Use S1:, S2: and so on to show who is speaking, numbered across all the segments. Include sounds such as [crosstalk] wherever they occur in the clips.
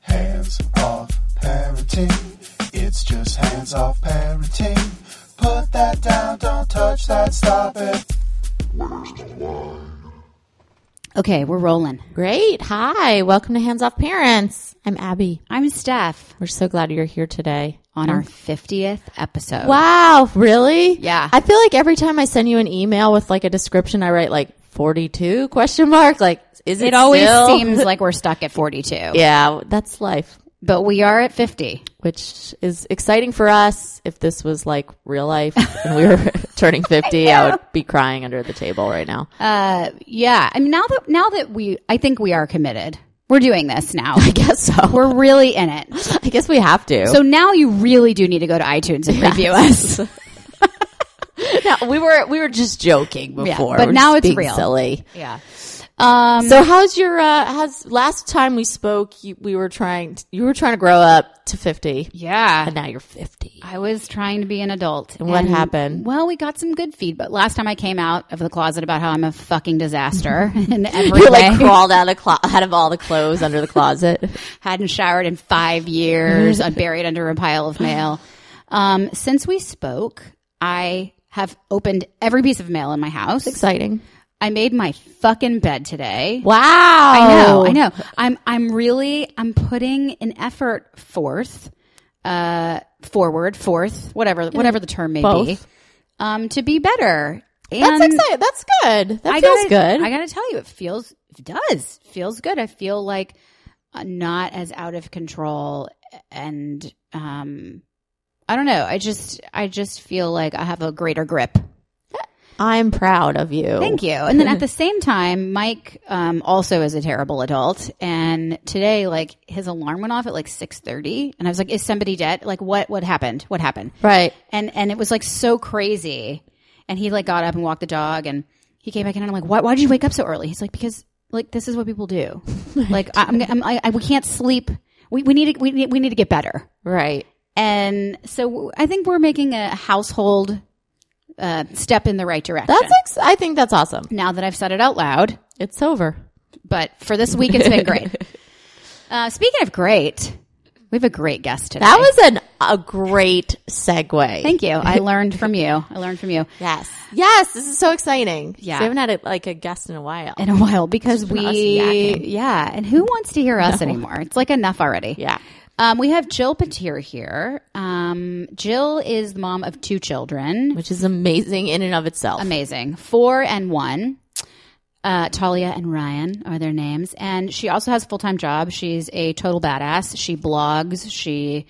S1: Hands off parenting. It's just hands off parenting. Put that down, don't touch that, stop it.
S2: Okay, we're rolling.
S3: Great. Hi. Welcome to Hands Off Parents. I'm Abby.
S2: I'm Steph
S3: We're so glad you're here today.
S2: on our 50th episode.
S3: Wow. Really?
S2: Yeah.
S3: I feel like every time I send you an email with like a description, I write like 42 question mark. Like, is it,
S2: It always [laughs]
S3: still-
S2: seems like we're stuck at 42,
S3: Yeah. That's life,
S2: but we are at 50.
S3: which is exciting for us. If this was like real life and we [laughs] were turning 50, I would be crying under the table right now.
S2: Uh, yeah. I mean, now that, now that we, I think we are committed. We're doing this [laughs] now.
S3: I guess so.
S2: we're really in it. [gasps]
S3: I guess we have to.
S2: So now you really do need to go to iTunes and review us. [laughs]
S3: No, we were we were just joking before,
S2: but
S3: We're
S2: now
S3: just
S2: it's
S3: being
S2: real.
S3: silly.
S2: Yeah. Um,
S3: So how's your uh how's last time we spoke you, we were trying t you were trying to grow up to 50
S2: yeah.
S3: and now you're 50. [laughs]
S2: I was trying to be an adult.
S3: And what happened?
S2: Well, we got some good feedback. Last time I came out of the closet about how I'm a fucking [laughs] disaster in every
S3: You
S2: way.
S3: like crawled out of clo- out of all the clothes under
S2: [laughs]
S3: the closet.
S2: Hadn't showered in five years.
S3: [laughs]
S2: I'm buried under a pile of mail. Um, since we spoke, I have opened every piece of mail in my house.
S3: Exciting.
S2: I made my fucking bed today.
S3: Wow.
S2: I know, I know. I'm I'm really I'm putting an effort forth, uh, forward, forth, whatever whatever the term may be,
S3: both.
S2: um, to be better. And
S3: That's exciting. That's good. That
S2: I
S3: feels
S2: gotta,
S3: good.
S2: I gotta tell you, it feels it does feels good. I feel like uh, not as out of control, and um, I don't know. I just I just feel like I have a greater grip.
S3: I'm proud of you.
S2: Thank you. And then at the same time, Mike um, also is a terrible adult. And today, like his alarm went off at like six thirty, and I was like, "Is somebody dead? Like what? What happened? What happened?"
S3: Right.
S2: And and it was like so crazy. And he like got up and walked the dog, and he came back in, and I'm like, "Why? Why did you wake up so early?" He's like, "Because like this is what people
S3: [laughs]
S2: do. Like I, I'm, I'm I, I, we can't sleep. We we need to, we need, we need to get better."
S3: Right.
S2: And so I think we're making a household uh, step in the right direction.
S3: That's ex- I think that's awesome.
S2: now that I've said it out loud,
S3: It's over.
S2: but for this week, it's been
S3: [laughs]
S2: great. Uh, speaking of great, we have a great guest today.
S3: That was an a great segue.
S2: Thank you. I learned from you. I learned from you
S3: Yes. Yes, this is so exciting.
S2: Yeah.
S3: We haven't had a, like a guest in a while.
S2: in a while because we,
S3: yakking.
S2: yeah. And who wants to hear us anymore? It's like enough already.
S3: yeah.
S2: Um, we have Jill Patir here. Um, Jill is the mom of two children.
S3: which is amazing in and of itself.
S2: Amazing. Four and one. Uh, Talia and Ryan are their names. And she also has a full time job. She's a total badass. She blogs. She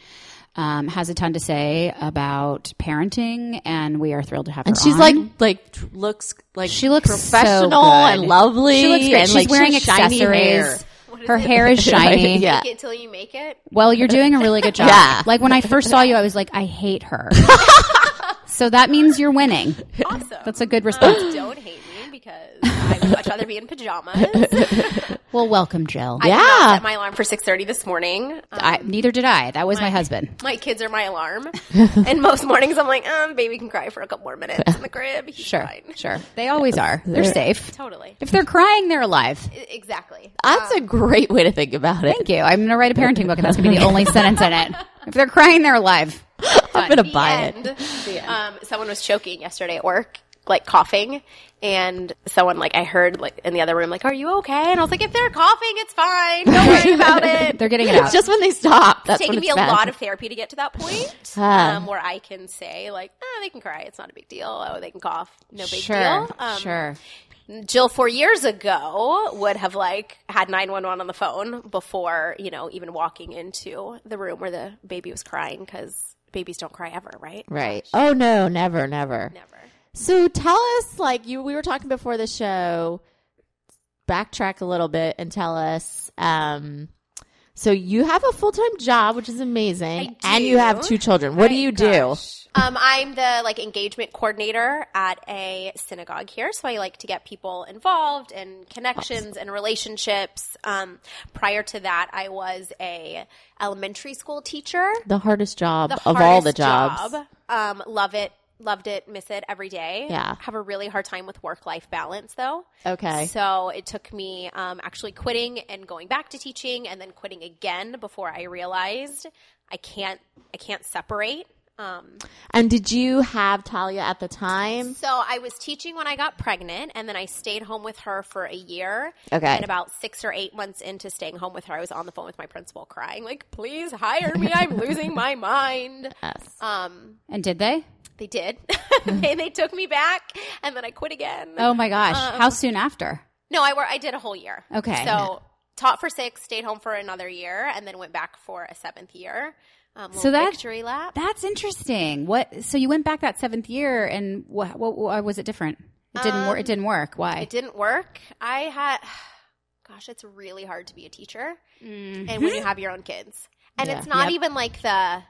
S2: um, has a ton to say about parenting. And we are thrilled to have
S3: and
S2: her.
S3: she's
S2: on.
S3: like, like tr- looks like
S2: she looks so
S3: professional
S2: good.
S3: and lovely.
S2: She looks great.
S3: And,
S2: she's
S3: like,
S2: wearing
S3: she has shiny
S2: accessories.
S3: hair.
S2: Her hair
S3: [laughs]
S2: is shiny.
S3: yeah,
S4: Fake it till you make it.
S2: Well, you're doing a really good job.
S3: Yeah.
S2: Like when I first saw you, I was like, I hate
S3: [laughs]
S2: her. so that means you're winning.
S4: Awesome.
S2: That's a good response.
S4: Um, don't hate me because I would much rather be in
S2: [laughs]
S4: pajamas. I
S2: Well, welcome, Jill.
S4: did
S3: Yeah.
S4: not set my alarm for six thirty this morning. Um,
S2: I, neither did I. That was my husband.
S4: my kids are
S2: [laughs]
S4: my alarm, and most mornings I'm like, um, baby can cry for a couple more minutes in the crib. He's
S2: Sure,
S4: fine.
S2: sure. They always are. They're safe.
S4: Totally.
S2: If they're crying, they're alive.
S4: I- Exactly.
S3: that's a great way to think about it.
S2: Thank you. I'm going to write a parenting book, and that's going to be the
S3: [laughs]
S2: only sentence in it. If they're crying, they're alive.
S3: I'm gonna buy it.
S4: Um, someone was choking yesterday at work, like coughing, and someone like I heard like in the other room, like, "Are you okay?" And I was like, "If they're coughing, it's fine. Don't
S2: [laughs]
S4: worry about it."
S2: They're
S3: [laughs]
S2: getting it out.
S3: It's just when they stop. That's
S4: It's taken
S3: when
S4: me
S3: it's
S4: a
S3: bad.
S4: lot of therapy to get to
S3: [sighs]
S4: that point um, where I can say, like, oh, they can cry. It's not a big deal. Oh, they can cough. No big
S2: sure,
S4: deal. Um,
S2: sure.
S4: Jill, four years ago, would have, like, had 911 on the phone before, you know, even walking into the room where the baby was crying because babies don't cry ever, right?
S3: right. Oh no, never, never,
S4: Never.
S3: So tell us, like you, we were talking before the show. Backtrack a little bit and tell us. Um, so you have a full time job, which is amazing,
S4: I
S3: and you have
S4: do.
S3: two children. What do you do?
S4: Um, I'm the like engagement coordinator at a synagogue here, so I like to get people involved and connections and relationships. Um, prior to that, I was a elementary school teacher.
S3: The hardest job
S4: The
S3: of all
S4: hardest
S3: the jobs.
S4: job. Um, love it. Loved it, miss it every day.
S3: Yeah.
S4: Have a really hard time with work life balance though.
S3: Okay.
S4: So it took me um, actually quitting and going back to teaching and then quitting again before I realized I can't I can't separate. Um,
S3: And did you have Talia at the time?
S4: so I was teaching when I got pregnant, and then I stayed home with her for a year.
S3: Okay.
S4: And about six or eight months into staying home with her, I was on the phone with my principal, crying like, "Please hire me! I'm losing
S2: [laughs]
S4: my mind."
S3: Yes.
S4: Um,
S2: And did they?
S4: they did. [laughs] they, they took me back, and then I quit again.
S2: Hmm. Oh my gosh. How soon after?
S4: No, I wor- I did a whole year.
S2: Okay.
S4: So taught for six, stayed home for another year, and then went back for a seventh year. Um,
S2: So
S4: so
S2: that-
S4: victory lap.
S2: That's interesting. What? So you went back that seventh year, and what? What, why was it different? It didn't work. It didn't work. Why?
S4: it didn't work. I had, [sighs] gosh, it's really hard to be a teacher, and when you have your own kids,
S3: Mm-hmm.
S4: and
S3: Yeah.
S4: it's not
S2: Yep.
S4: even like the,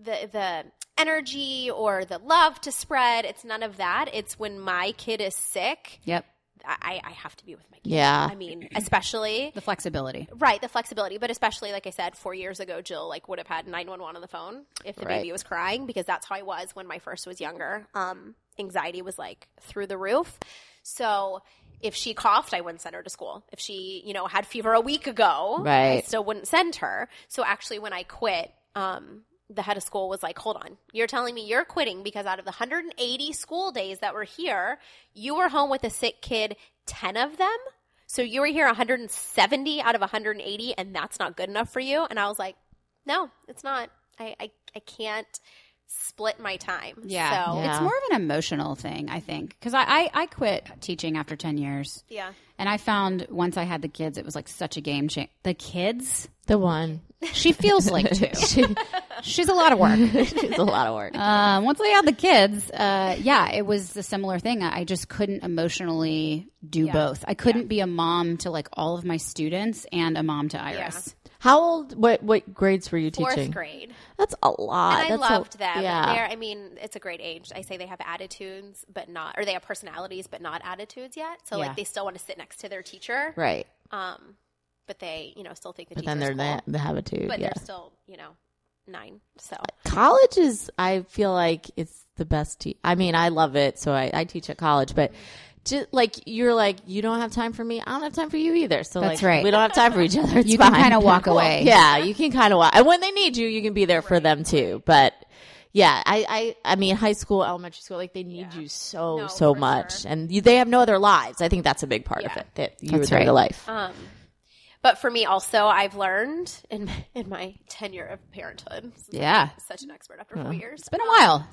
S4: the the energy or the love to spread. It's none of that. It's when my kid is sick,
S2: Yep.
S4: I, I have to be with my kid.
S3: Yeah.
S4: I mean, especially
S2: The flexibility.
S4: Right, the flexibility, but especially like I said, four years ago, Jill like would have had nine one one on the phone if the
S3: Right.
S4: baby was crying because that's how I was when my first was younger. Um, anxiety was like through the roof, so if she coughed, I wouldn't send her to school. If she, you know, had fever a week ago, I
S3: Right.
S4: still wouldn't send her. So actually, when I quit, um, the head of school was like, "Hold on, you're telling me you're quitting because out of the 180 school days that were here, you were home with a sick kid, ten of them." So you were here 170 out of 180, and that's not good enough for you. And I was like, no, it's not. I I, I can't split my time.
S2: Yeah.
S4: So,
S3: Yeah.
S2: It's more of an emotional thing, I think, because I, I I quit teaching after ten years,
S4: yeah.
S2: and I found once I had the kids, it was like such a game change. The kids.
S3: The
S4: [laughs]
S3: one.
S2: She feels like
S3: [laughs]
S2: two.
S3: She,
S2: She's a lot of work.
S3: she's a lot of
S4: Uh,
S3: work.
S2: Um, once I had the kids, uh, yeah, it was a similar thing. I I just couldn't emotionally do both. I couldn't be a mom to like all of my students and a mom to Iris.
S3: How old? What what grades were you
S4: Fourth
S3: teaching?
S4: grade.
S3: That's a lot.
S4: And I
S3: That's a-
S4: loved them.
S3: Yeah.
S4: They're, I mean, it's a great age. I say they have attitudes, but not, or they have personalities, but not attitudes yet. So,
S2: Yeah.
S4: like, they still want to sit next to their teacher.
S3: right.
S4: Um, but they, you know, still think the
S3: But
S4: teacher's
S3: then they're
S4: cool.
S3: the, the habitude.
S4: but
S3: yeah.
S4: they're still, you know, nine. So,
S3: college is i feel like it's the best te- i mean i love it so i, I teach at college but just like you're like you don't have time for me i don't have time for you either so
S2: That's
S3: like
S2: right.
S3: we don't have time for each other it's
S2: You can
S3: fine.
S2: kinda walk away.
S3: yeah you can kind of walk and when they need you you can be there for them too but yeah i i, I mean high school elementary school like they need you so
S4: No,
S3: so
S4: for
S3: much
S4: sure.
S3: and you, they have no other lives i think that's a big part of
S4: Yeah.
S3: it that you
S2: That's
S3: were there to
S2: right.
S3: life
S4: Um, but for me, also, I've learned in [laughs] in my tenure of parenthood. since I'm
S2: Yeah.
S4: such an expert after four years.
S2: It's been a while.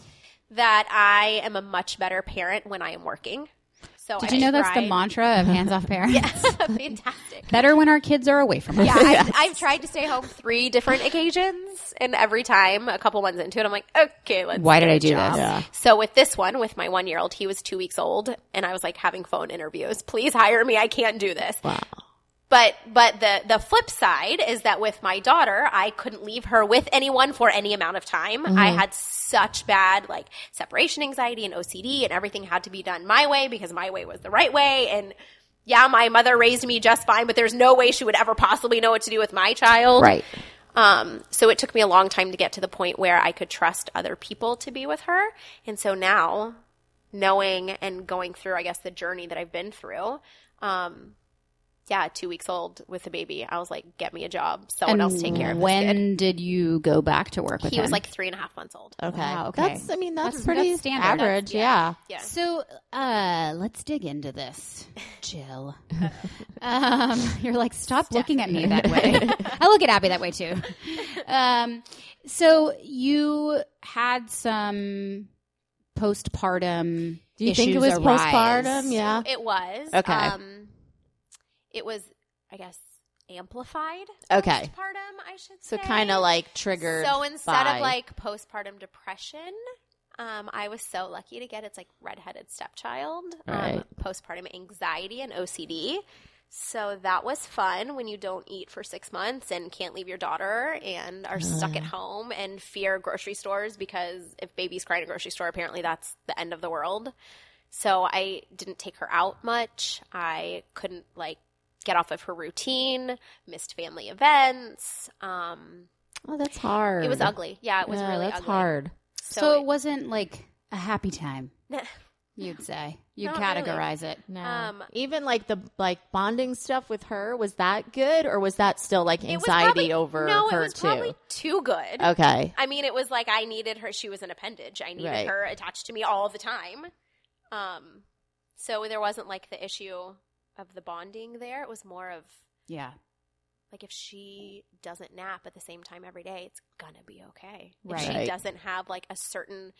S4: that I am a much better parent when I am working. So
S2: Did
S4: I
S2: you know that's the
S4: tried-
S2: mantra of hands
S4: [laughs]
S2: off parents?
S4: fantastic.
S2: Better when our kids are away from us.
S4: Yeah,
S2: [laughs]
S4: I've, I've tried to stay home three different occasions, and every time, a couple months into it, I'm like, okay, let's.
S2: Why did
S4: get
S2: I
S4: a
S2: do
S4: job.
S2: this?
S3: Yeah.
S4: So with this one, with my one year old, he was two weeks old, and I was like having phone interviews. Please hire me. I can't do this.
S3: wow
S4: But but the the flip side is that with my daughter, I couldn't leave her with anyone for any amount of time. I had such bad like separation anxiety and OCD and everything had to be done my way because my way was the right way and yeah, my mother raised me just fine, but there's no way she would ever possibly know what to do with my child.
S3: right
S4: Um, so it took me a long time to get to the point where I could trust other people to be with her. And so now, knowing and going through, I guess, the journey that I've been through, um, yeah, two weeks old with a baby, I was like, get me a job. Someone else take care of this
S2: when
S4: kid.
S2: did you go back to work with
S4: He
S2: him?
S4: was like three and a half months old.
S3: okay,
S2: Wow, okay.
S3: that's i mean that's,
S2: That's-
S3: pretty
S2: that's standard.
S3: average yeah.
S4: Yeah.
S2: So uh, let's dig into this, Jill. um, you're like, stop looking at me that way. I look at Abby that way too. Um, so you had some postpartum.
S3: Do you
S2: issues
S3: think it was
S2: arise.
S3: postpartum? Yeah.
S4: It was.
S3: Okay.
S4: Um, it was, I guess, amplified
S3: Okay.
S4: postpartum, I should
S3: So
S4: say.
S3: kind of like triggered.
S4: So instead
S3: by-
S4: of like postpartum depression, um, I was so lucky to get its like redheaded stepchild, um,
S3: Right.
S4: postpartum anxiety and OCD. So that was fun when you don't eat for six months and can't leave your daughter and are
S3: Mm-hmm.
S4: stuck at home and fear grocery stores because if babies cry in a grocery store, apparently that's the end of the world. So I didn't take her out much. I couldn't like get off of her routine, missed family events. Um,
S3: oh, that's hard.
S4: it was ugly. Yeah, it was
S3: Yeah,
S4: really
S3: that's
S4: ugly.
S3: hard.
S2: So,
S4: So,
S2: it wasn't like a happy time. You'd say you
S4: Not
S2: categorize it.
S3: No.
S4: Um,
S3: Even like the like bonding stuff with her was that good or was that still like
S4: It was
S3: anxiety
S4: probably-
S3: over
S4: no,
S3: her
S4: it was
S3: too? Oh.
S4: probably too good.
S3: okay.
S4: I mean, it was like I needed her. She was an appendage. I needed
S3: Right.
S4: her attached to me all the time. Um, so there wasn't like the issue of the bonding there. It was more of
S2: Yeah.
S4: like if she doesn't nap at the same time every day, it's gonna be okay. If she
S3: Right.
S4: doesn't have like a certain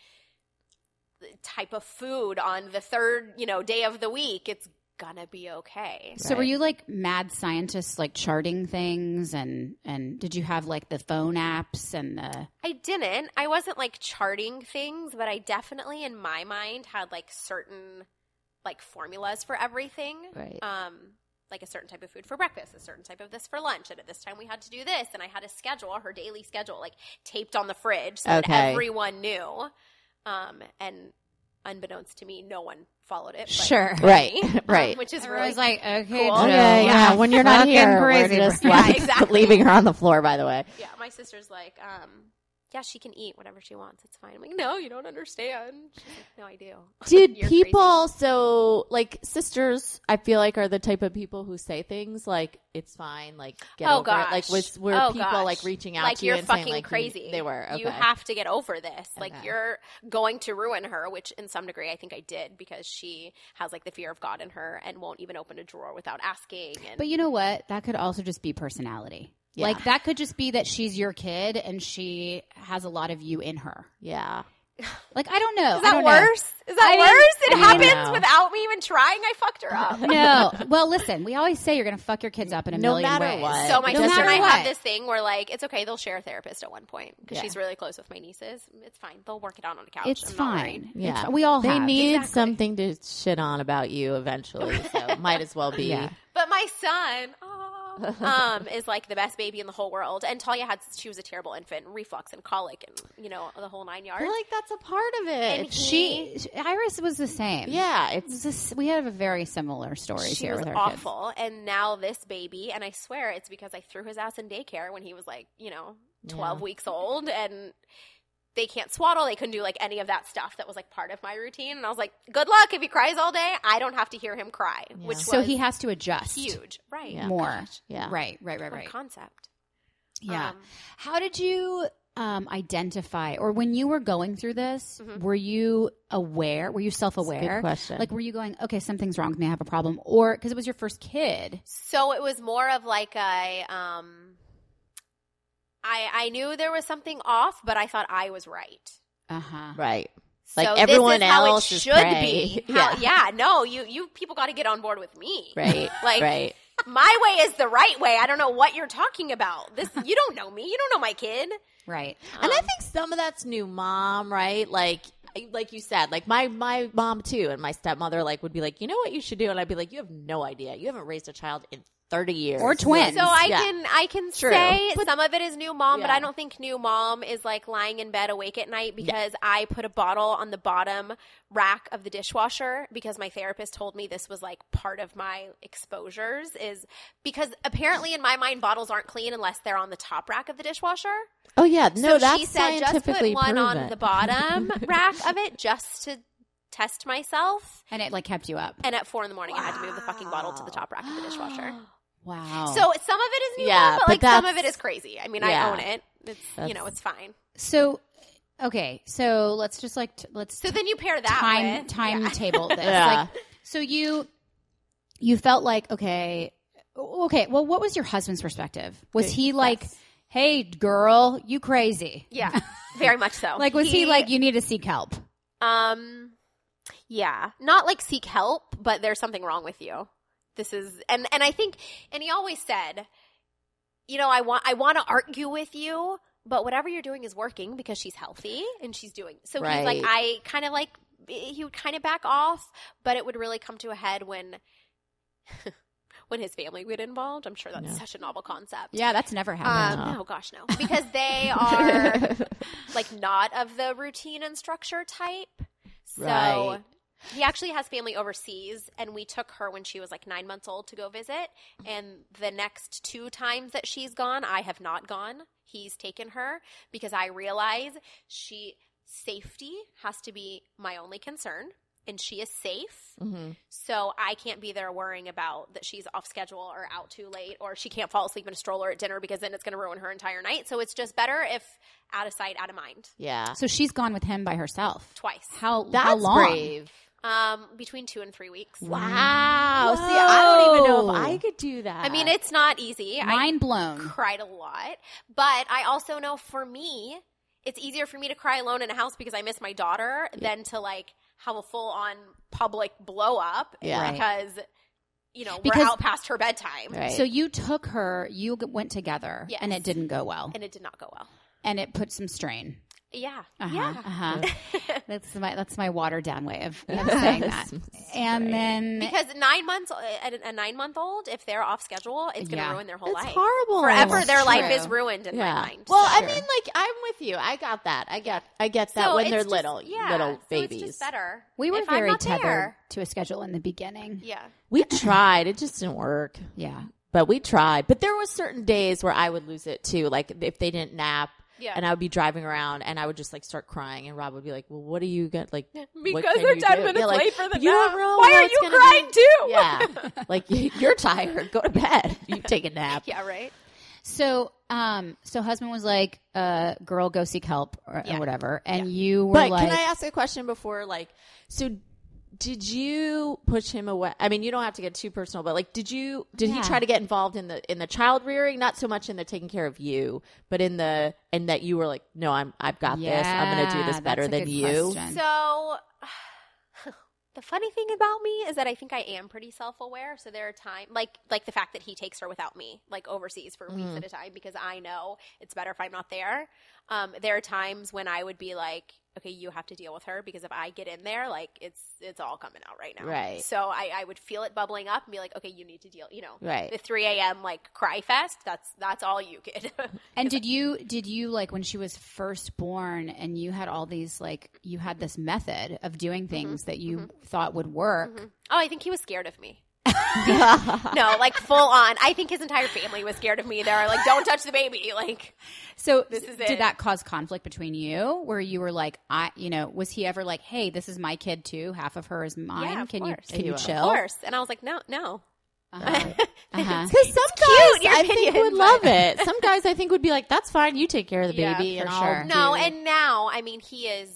S4: type of food on the third, you know, day of the week, it's gonna be okay.
S2: So were
S3: Right.
S2: you like mad scientists, like charting things, and and did you have like the phone apps and the
S4: I didn't. I wasn't like charting things, but I definitely in my mind had like certain like formulas for everything.
S3: Right.
S4: Um like a certain type of food for breakfast, a certain type of this for lunch, and at this time we had to do this, and I had a schedule, her daily schedule, like taped on the fridge so that
S3: Okay.
S4: everyone knew. Um and unbeknownst to me, no one followed it. but-
S3: Right.
S4: [laughs] Um,
S3: right.
S4: Which is really
S2: Everyone's like, okay,
S4: cool.
S2: Jill,
S3: Okay, yeah.
S2: you're
S3: When you're not
S2: fucking
S3: here,
S2: crazy,
S3: we're
S2: [laughs]
S3: just
S2: bro.
S3: like
S4: Yeah, exactly.
S3: leaving her on the floor. By the way,
S4: Yeah, my sister's like, um, yeah, she can eat whatever she wants. It's fine. I'm like, no, you don't understand. She's like, no, I do. [laughs]
S3: Did
S4: [laughs] You're
S3: people so like sisters? I feel like are the type of people who say things like "it's fine," like get
S4: oh
S3: over
S4: gosh,
S3: it. Like was were
S4: Oh,
S3: people
S4: gosh.
S3: like reaching out
S4: like
S3: to
S4: you're
S3: you and
S4: fucking
S3: saying like you-
S4: crazy?
S3: They were. Okay.
S4: You have to get over this. Like
S3: Okay.
S4: you're going to ruin her, which in some degree I think I did because she has like the fear of God in her and won't even open a drawer without asking. And
S2: But you know what? That could also just be personality.
S3: Yeah.
S2: Like that could just be that she's your kid and she has a lot of you in her.
S3: yeah.
S2: Like I don't know.
S4: is
S2: I
S4: that
S2: don't
S4: worse? Is that
S2: I mean-
S4: worse? It
S2: I mean,
S4: happens
S3: no.
S4: without me even trying. I fucked her up.
S2: Know. No. [laughs] Well, listen. We always say you're going to fuck your kids up in a
S3: No
S2: million
S3: matter
S2: ways.
S3: what.
S4: So my
S2: No
S4: sister and I
S2: matter what.
S4: have this thing where like it's okay they'll share a therapist at one point because
S3: Yeah.
S4: she's really close with my nieces. It's fine. They'll work it out on the couch.
S2: It's
S4: I'm not worried.
S2: fine.
S3: Yeah.
S2: It's- we all
S3: They
S2: have.
S3: need something to shit on about you eventually, [laughs] so might as well be.
S2: Yeah.
S4: But my son,
S2: [laughs]
S4: aw, um, is like the best baby in the whole world. And Talia had she was a terrible infant, reflux and colic, and you know the whole nine
S3: I
S4: yards.
S3: feel like that's a part of it.
S4: And
S2: She Iris was the same.
S3: yeah,
S2: It
S3: it's
S2: was this- we have a very similar stories
S4: She
S2: here
S4: was
S2: with our kids.
S4: awful, and now this baby, and I swear it's because I threw his ass in daycare when he was like, you know, twelve
S3: Yeah.
S4: weeks old, and they can't swaddle, they couldn't do like any of that stuff that was like part of my routine, and I was like, good luck if he cries all day, I don't have to hear him cry, which
S2: So
S4: was
S2: he has to adjust
S4: huge, right?
S3: Yeah.
S2: more.
S3: yeah.
S2: Right, right, right,
S4: What a
S2: right.
S4: concept.
S2: Yeah.
S4: Um,
S2: How did you um, identify, or when you were going through this,
S4: Mm-hmm.
S2: were you aware? Were you self
S3: Good
S2: aware?
S3: question.
S2: Like, were you going, okay, something's wrong with me, I have a problem? Or because it was your first kid.
S4: So it was more of like a um I I knew there was something off, but I thought I was right.
S2: Uh huh.
S3: right.
S4: So
S3: Like
S4: this
S3: everyone
S4: is how
S3: else
S4: it
S3: is
S4: should
S3: prey. [laughs]
S4: be. How- yeah. no, you you people got to get on board with me.
S3: [laughs] Right.
S4: [laughs] Like
S3: right.
S4: my way is the right way. I don't know what you're talking
S3: [laughs]
S4: about. This you don't know me. You don't know my kid.
S2: Right.
S3: and I think some of that's new mom, right? Like, like you said, like my my mom too, and my stepmother like would be like, you know what you should do, and I'd be like, you have no idea, you haven't raised a child in thirty years,
S2: Or twins.
S4: So I
S3: Yeah.
S4: can I can
S3: True.
S4: say some of it is new mom, but
S3: Yeah.
S4: I don't think new mom is like lying in bed awake at night because I put a bottle on the bottom rack of the dishwasher because my therapist told me this was like part of my exposures is because apparently in my mind bottles aren't clean unless they're on the top rack of the dishwasher.
S3: Oh yeah, no,
S4: so
S3: that's
S4: she said just put
S3: scientifically
S4: one on
S3: proven.
S4: the bottom rack of it just to test myself.
S2: And it like kept you up.
S4: And at four in the morning, I had to move the fucking bottle to the top rack of the dishwasher.
S2: Wow.
S4: So some of it is new,
S3: Yeah,
S4: but,
S3: but
S4: like some of
S3: that's-
S4: it is crazy. I mean, I
S3: Yeah.
S4: own it. It's you
S3: That's-
S4: know, it's fine.
S2: so okay. So let's just like, t- let's
S4: So then you pair that
S2: time
S4: with
S2: timetable this.
S3: Yeah.
S2: Like, so you you felt like okay, okay. Well, what was your husband's perspective? Was he like, "Hey, girl, you crazy"?
S4: [laughs] yeah, very much so.
S2: [laughs] Like, was he, like, "You need to seek help"?
S4: um, yeah, not like seek help, but there's something wrong with you. This is and and I think and he always said, you know, I want I want to argue with you, but whatever you're doing is working because she's healthy and she's doing. So he's
S3: Right.
S4: like, I kind of like he would kind of back off, but it would really come to a head when. [laughs] When his family would get involved, I'm sure that's such a novel concept.
S2: Yeah, that's never happened.
S4: Um, no, gosh, no, because they
S3: [laughs]
S4: are like not of the routine and structure type. So
S3: Right.
S4: he actually has family overseas, and we took her when she was like nine months old to go visit. And the next two times that she's gone, I have not gone. He's taken her because I realize she safety has to be my only concern. And she is safe.
S3: Mm-hmm.
S4: So I can't be there worrying about that she's off schedule or out too late or she can't fall asleep in a stroller at dinner because then it's going to ruin her entire night. So it's just better if out of sight, out of mind.
S3: Yeah.
S2: So she's gone with him by herself.
S4: Twice.
S2: How,
S3: That's
S2: how long?
S3: brave.
S4: Um, between two and three weeks.
S3: Wow. See, I don't even know
S2: Whoa.
S3: if I could do that.
S4: I mean, it's not easy. I
S2: Mind blown.
S4: cried a lot, but I also know for me, it's easier for me to cry alone in a house because I miss my daughter than to like have a full on public blow up
S3: Yeah.
S4: because you know
S2: Because-
S4: we're out past her bedtime
S3: Right.
S2: So you took her, you g- went together,
S4: Yes.
S2: and it didn't go well,
S4: and it did not go well.
S2: and it put some strain.
S4: Yeah,
S2: Uh-huh,
S4: yeah.
S2: [laughs] uh-huh. that's my that's my watered down way of, [laughs] of saying that. and then
S4: Because nine months, uh, at a nine month old, if they're off schedule, it's going to
S2: Yeah.
S4: ruin their whole
S3: it's
S4: life.
S3: horrible.
S4: Forever,
S2: That's
S4: their life
S2: true.
S4: is ruined in my mind.
S3: Well, I
S2: Sure.
S3: mean, like I'm with you. I got that. I get. I get that
S4: So
S3: when
S4: it's
S3: they're
S4: just-
S3: little,
S4: yeah,
S3: little
S4: so it's
S3: babies.
S4: just better.
S2: we were
S4: if I'm
S2: very
S4: not
S2: tethered
S4: there.
S2: to a schedule in the beginning. Yeah.
S4: Yeah.
S3: We tried. It just didn't work. But we tried. But there were certain days where I would lose it too. Like if they didn't nap.
S4: Yeah.
S3: And I would be driving around, and I would just like start crying, and Rob would be like, "Well, what do you get?
S4: [laughs]
S3: Like, what
S4: Because
S3: can
S4: they're
S3: you
S4: 10
S3: do?"
S4: minutes
S3: like,
S4: late for the
S3: you don't
S4: nap.
S3: know
S4: Why
S3: how
S4: are
S3: it's
S4: you
S3: gonna
S4: crying
S3: be." [laughs]
S4: too?
S3: Yeah, like you're tired. Go to bed. You take a nap.
S4: [laughs] Yeah, right.
S2: So, um, so husband was like, uh, "Girl, go seek help or, or
S4: Yeah.
S2: whatever," and you were
S3: But
S2: like,
S3: can I ask a question before, like, so did you push him away? I mean, you don't have to get too personal, but like, did you did
S2: Yeah.
S3: he try to get involved in the in the child rearing? Not so much in the taking care of you, but in the and that you were like, no, I'm I've got this. I'm going to
S2: Yeah,
S3: do this
S2: that's
S3: better
S2: a
S3: than
S2: good
S3: you.
S2: question.
S4: So, [sighs] the funny thing about me is that I think I am pretty self-aware. So there are times, like like the fact that he takes her without me, like overseas for
S3: Mm.
S4: weeks at a time, because I know it's better if I'm not there. Um, there are times when I would be like, okay, you have to deal with her because if I get in there, like it's it's all coming out right now.
S3: Right.
S4: So I, I would feel it bubbling up and be like, okay, you need to deal. You know,
S3: Right.
S4: The 3 a.m. like cry fest. That's that's all you get. [laughs]
S2: And did you did you like when she was first born and you had all these like you had this method of doing
S4: Mm-hmm.
S2: things that you thought would work?
S4: Oh, I think he was scared of me. [laughs] no, like full on. I think his entire family was scared of me. They were like, "Don't touch the baby." Like,
S2: So
S4: is
S2: did
S4: it.
S2: that cause conflict between you where you were like I you know was he ever like hey this is my kid too half of her is mine
S4: Yeah, of
S2: can
S4: course.
S2: you can you,
S3: You are.
S2: chill
S4: of course. And I was like, "No, no." [laughs]
S2: Uh-huh. Uh-huh.
S3: Because some guys
S4: cute, your
S3: I think
S4: opinion,
S3: would
S4: but-
S3: love it. Some guys I think would be like, "That's fine. You take care of the
S2: Yeah,
S3: baby."
S2: for
S3: and I'll
S2: sure.
S3: do-
S4: No, and now, I mean, he is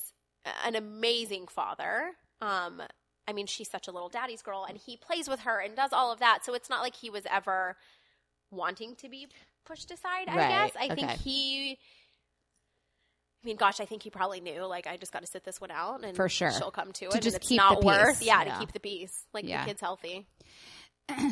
S4: an amazing father. Um, I mean, she's such a little daddy's girl, and he plays with her and does all of that. So it's not like he was ever wanting to be pushed aside. I
S3: Right,
S4: guess I think
S3: okay.
S4: he. I mean, gosh, I think he probably knew. Like, I just got to sit this one out, and
S2: For sure.
S4: she'll come to, it. and
S2: just
S4: it's
S2: keep
S4: not
S2: the
S4: worth,
S2: peace.
S4: yeah,
S3: Yeah.
S4: to keep the peace. Like
S2: Yeah.
S4: the kid's healthy.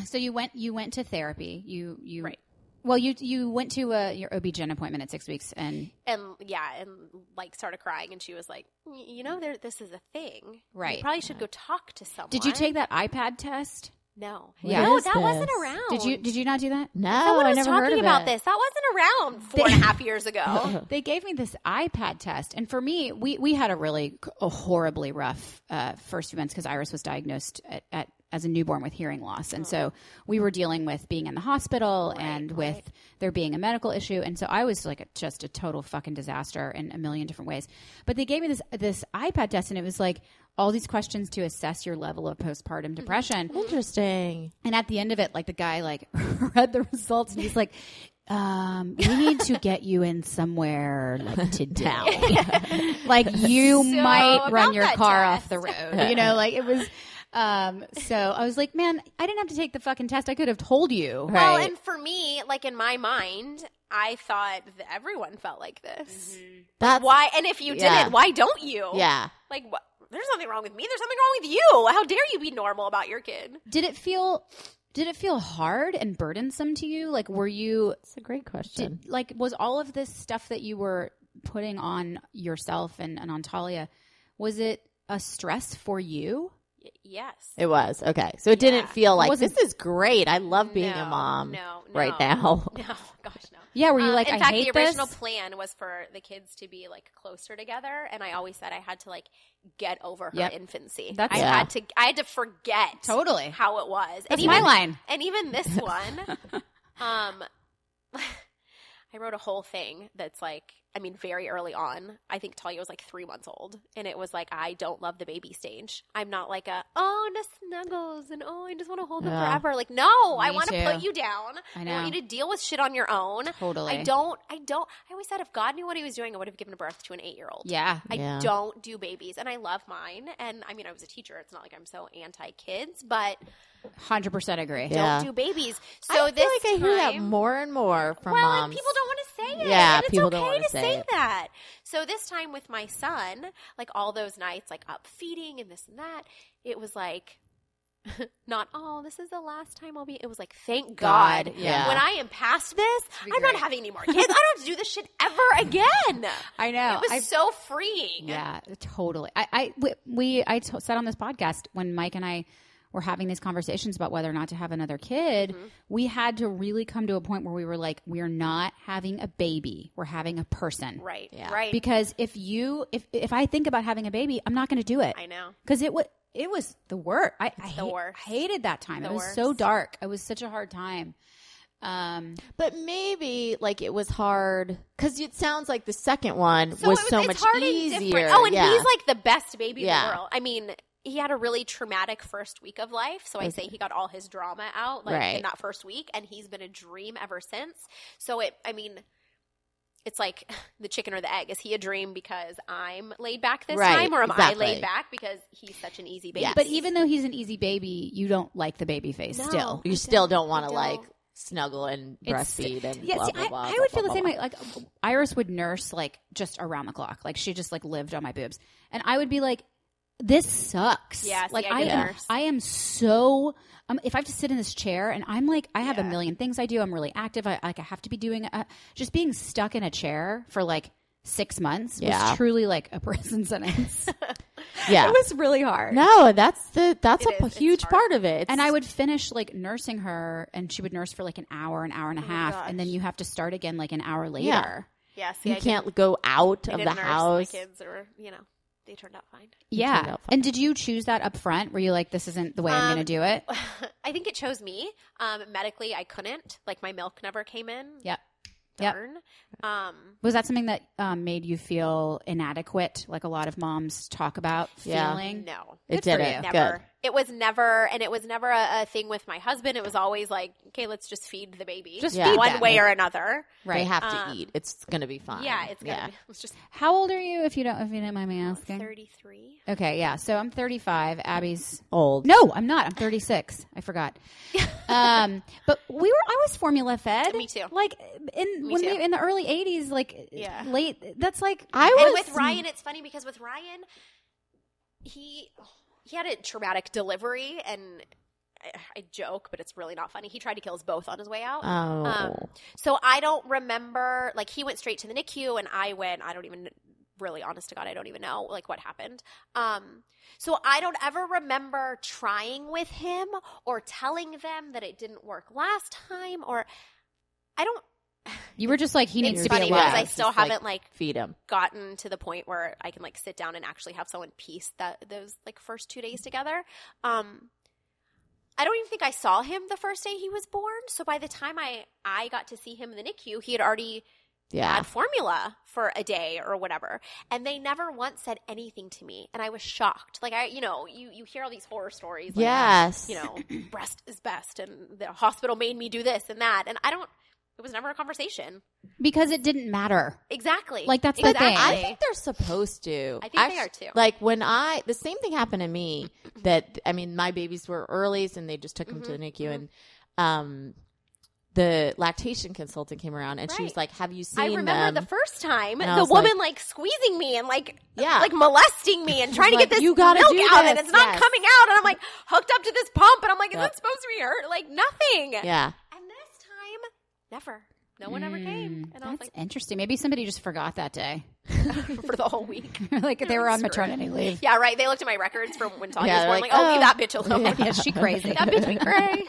S2: so you went you went to therapy you you
S4: Right.
S2: well you you went to a, your OB/GYN appointment at 6 weeks and
S4: and yeah, and like started crying, and she was like, "Y- "You know, there, this is a thing.
S2: Right.
S4: You probably should go talk to someone."
S2: did you take that iPad test?
S4: No,
S2: Yeah.
S4: no,
S3: What is
S4: that wasn't
S3: this?
S4: around.
S2: Did you did you not do that?
S3: no,
S4: Someone
S3: I
S4: was
S3: never heard
S4: talking
S3: of
S4: about
S3: it.
S4: this. That wasn't
S2: [laughs]
S4: around four and a half years ago.
S2: they gave me this iPad test, and for me, we we had a really a horribly rough uh, first few months because Iris was diagnosed at, at as a newborn with hearing loss, and so we were dealing with being in the hospital and with there being a medical issue, and so I was like a, just a total fucking disaster in a million different ways. But they gave me this this iPad test, and it was like all these questions to assess your level of postpartum depression.
S3: Interesting.
S2: And at the end of it, like the guy like [laughs] read the results and he's like, um, we need to get you in somewhere like
S4: [laughs]
S2: today. [laughs] like you
S4: So
S2: might run
S4: about
S2: your
S4: that
S2: car
S4: test.
S2: off the
S4: [laughs]
S2: road. You know, like it was um so I was like, Man, I didn't have to take the fucking test. I could have told you.
S4: Well,
S3: Right.
S4: and for me, like in my mind, I thought that everyone felt like this.
S2: Mm-hmm.
S3: That's
S4: Why? And if you
S3: Yeah.
S4: didn't, why don't you?
S3: Yeah.
S4: Like, what? There's nothing wrong with me. There's something wrong with you. How dare you be normal about your kid?
S2: Did it feel did it feel hard and burdensome to you? Like were you
S3: It's a great question.
S2: did, like was all of this stuff that you were putting on yourself and, and on Talia, was it a stress for you?
S4: Y- yes.
S3: It was okay. So it didn't
S4: Yeah.
S3: feel like
S2: wasn't-
S3: this is great. I love being a
S4: No,
S3: mom
S4: no,
S3: right
S4: no.
S3: now.
S4: [laughs] [laughs] No, gosh, no.
S2: Yeah, were you
S4: Um,
S2: like,
S4: in
S2: I
S4: fact,
S2: hate
S4: the original
S2: this?
S4: [laughs] plan was for the kids to be like closer together, and I always said I had to like get over her
S2: Yep.
S4: infancy.
S2: That's-
S4: I
S3: Yeah.
S4: had to, I had to forget
S2: Totally.
S4: how it was.
S2: [laughs] That's my line.
S4: And even this one, um, [laughs] I wrote a whole thing that's like, I mean, very early on. I think Talia was like three months old, and it was like, I don't love the baby stage. I'm not like a oh, and a snuggles, and oh, I just want to hold them
S2: Yeah.
S4: forever. Like, no, I
S2: Me
S4: want
S2: too.
S4: to put you down.
S2: I
S4: I,
S2: know.
S4: want you to deal with shit on your own.
S2: Totally.
S4: I don't. I don't. I always said if God knew what He was doing, I would have given birth to an eight-year-old.
S2: Yeah.
S4: I
S3: Yeah.
S4: don't do babies, and I love mine. And I mean, I was a teacher. It's not like I'm so anti-kids, but
S2: 100% agree.
S3: Yeah.
S4: don't do babies. So
S3: I feel
S4: this
S3: like I hear that
S4: time-
S3: more and more from
S4: well,
S3: moms.
S4: and people don't want to say it.
S3: Yeah,
S4: and it's
S3: people
S4: okay
S3: don't wanna
S4: to
S3: say
S4: say,
S3: it.
S4: that. So this time with my son, like all those nights, like up feeding and this and that, it was like. [laughs] Not oh, this is the last time I'll be. It was like, thank God.
S2: God, yeah.
S4: When I am past this,
S2: be
S4: I'm not
S2: great.
S4: having any more kids. I don't have to do this shit
S3: [laughs]
S4: ever again.
S2: I know.
S4: It was
S2: I-
S4: so freeing.
S2: Yeah, totally. I, I we, we I t- said on this podcast when Mike and I were having these conversations about whether or not to have another kid,
S4: Mm-hmm.
S2: we had to really come to a point where we were like, we're not having a baby, we're having a person,
S4: Right.
S3: Yeah.
S4: Right.
S2: Because if you if if I think about having a baby, I'm not going to do it
S4: I know.
S2: because it was it was the worst. I, I
S4: the
S2: hate-
S4: worst.
S2: hated that time.
S4: The
S2: it was so
S4: worst.
S2: dark. It was such a hard time. Um,
S3: But maybe like it was hard because it sounds like the second one
S4: So
S3: was,
S4: it
S3: so
S4: it's
S3: much
S4: hard and
S3: easier.
S4: different. Oh, and
S3: yeah.
S4: he's like the best baby in
S3: Yeah.
S4: the world. I mean, he had a really traumatic first week of life, so I say he got all his drama out like
S3: Right.
S4: in that first week, and he's been a dream ever since. So it, I mean. It's like [laughs] the chicken or the egg. Is he a dream because I'm laid back this
S3: Right,
S4: time, or am
S3: exactly.
S4: I laid back because he's such an easy baby?
S3: Yes.
S2: But even though he's an easy baby, you don't like the baby face
S4: No.
S2: still.
S3: you still don't
S4: I
S3: want to
S4: don't.
S3: like snuggle and
S2: It's-
S3: breastfeed and
S2: Yeah,
S3: blah,
S2: see,
S3: blah,
S2: I,
S3: blah,
S2: I
S3: blah,
S2: would
S3: blah,
S2: feel the
S3: blah,
S2: same
S3: blah.
S2: way. Like Iris would nurse like just around the clock. Like she just like lived on my boobs, and I would be like, "This sucks."
S4: Yeah, see,
S2: like
S4: I
S2: I,
S4: could
S2: am,
S4: nurse.
S2: I am so. Um, if I have to sit in this chair and I'm like, I have a million things I do. I'm really active. I like I have to be doing. A, just being stuck in a chair for like six months
S3: Yeah.
S2: was truly like a [laughs] prison sentence.
S3: Yeah.
S2: it was really hard.
S3: No, that's the that's
S4: It
S3: a
S4: is. It's
S3: huge
S4: hard.
S3: part of it. It's-
S2: And I would finish like nursing her, and she would nurse for like an hour, an hour and a
S4: Oh
S2: half, and then you have to start again like an hour later.
S4: yeah, see,
S3: you
S4: I
S3: can't go out
S4: didn't-
S3: of the
S4: I didn't nurse
S3: house.
S4: My kids or you know, they turned out fine. [laughs]
S2: Yeah.
S3: out
S2: And did you choose that up front? Were you like, this isn't the way I'm
S4: Um,
S2: going to do it?
S4: I think it chose me. Um, medically, I couldn't. Like my milk never came in.
S2: Yep. Yep.
S4: Darn. Um,
S2: Was that something that um, made you feel inadequate? Like a lot of moms talk about
S3: Yeah.
S2: feeling?
S4: No,
S3: It
S2: Good for
S3: didn't.
S2: you.
S4: never.
S3: Good.
S4: It was never, and it was never a, a thing with my husband. It was always like, okay, let's just feed the baby,
S2: Just
S3: Yeah.
S2: feed
S4: one
S2: them.
S4: way or another.
S3: They
S2: Right.
S3: have to
S4: Um,
S3: eat. It's gonna be fine.
S4: Yeah, it's gonna be. It's just
S2: How old are you if you don't, if you don't mind me asking?
S4: thirty-three.
S2: Okay. Yeah. So I'm 35. Abby's
S3: old.
S2: no, I'm not. I'm 36. I
S4: [laughs]
S2: forgot. Um, but we were. I was formula fed.
S4: Me too.
S2: Like in
S4: Me
S2: when
S4: too.
S2: they, in the early 80s, like
S4: Yeah.
S2: late. That's like
S3: I
S4: And
S3: was
S4: with Ryan, it's funny because with Ryan, he he had a traumatic delivery, and I, I joke, but it's really not funny. He tried to kill us both on his way out.
S3: Oh,
S4: Um, so I don't remember. Like he went straight to the NICU, and I went. I don't even really, honest to God, I don't even know like what happened. Um, so I don't ever remember trying with him or telling them that it didn't work last time, or I don't.
S2: you were just like he needs to
S4: it's
S2: be
S4: funny
S2: alive.
S4: because I
S3: It's
S4: still
S3: just like-
S4: haven't like
S3: feed him.
S4: gotten to the point where I can like sit down and actually have someone piece that those like first two days together. Um, I don't even think I saw him the first day he was born. So by the time I I got to see him in the NICU, he had already
S3: Yeah,
S4: had formula for a day or whatever, and they never once said anything to me, and I was shocked. Like I, you know, you you hear all these horror stories. Like,
S3: yes,
S4: you know, breast is best, and the hospital made me do this and that, and I don't. It was never a conversation.
S2: because it didn't matter.
S4: Exactly.
S2: Like, that's the
S4: exactly.
S2: thing.
S3: I think they're supposed to.
S4: I think they are, too.
S3: Like when I, the same thing happened to me. That I mean, my babies were earlies, and they just took them to
S4: Mm-hmm.
S3: the NICU, and um, the lactation consultant came around, and she was
S4: Right.
S3: like, "Have you seen?"
S4: I remember
S3: them?"
S4: the first time
S3: And I
S4: the
S3: was
S4: woman like, squeezing me and like
S3: Yeah.
S4: like molesting
S3: [laughs]
S4: me and trying
S3: Like,
S4: to get this
S3: "You
S4: milk
S3: gotta
S4: out
S3: do
S4: and
S3: this."
S4: it's not
S3: Yes.
S4: coming out and I'm like hooked up to this pump and I'm like, is
S3: Yep.
S4: that supposed to be hurt? Like nothing.
S3: Yeah,
S4: And this time, never. No one ever came. And I was
S2: That's interesting. Maybe somebody just forgot that day. [laughs]
S4: like [laughs] for the whole week.
S2: like they were on maternity leave.
S4: Yeah, right. They looked at my records from when Tanya
S3: Yeah,
S4: was
S3: they're
S4: born.
S3: like,
S4: Like, oh, leave
S3: "Oh."
S4: that bitch
S2: [laughs]
S4: alone.
S2: Yeah, she crazy.
S4: [laughs] that
S2: [laughs]
S4: bitch be cray.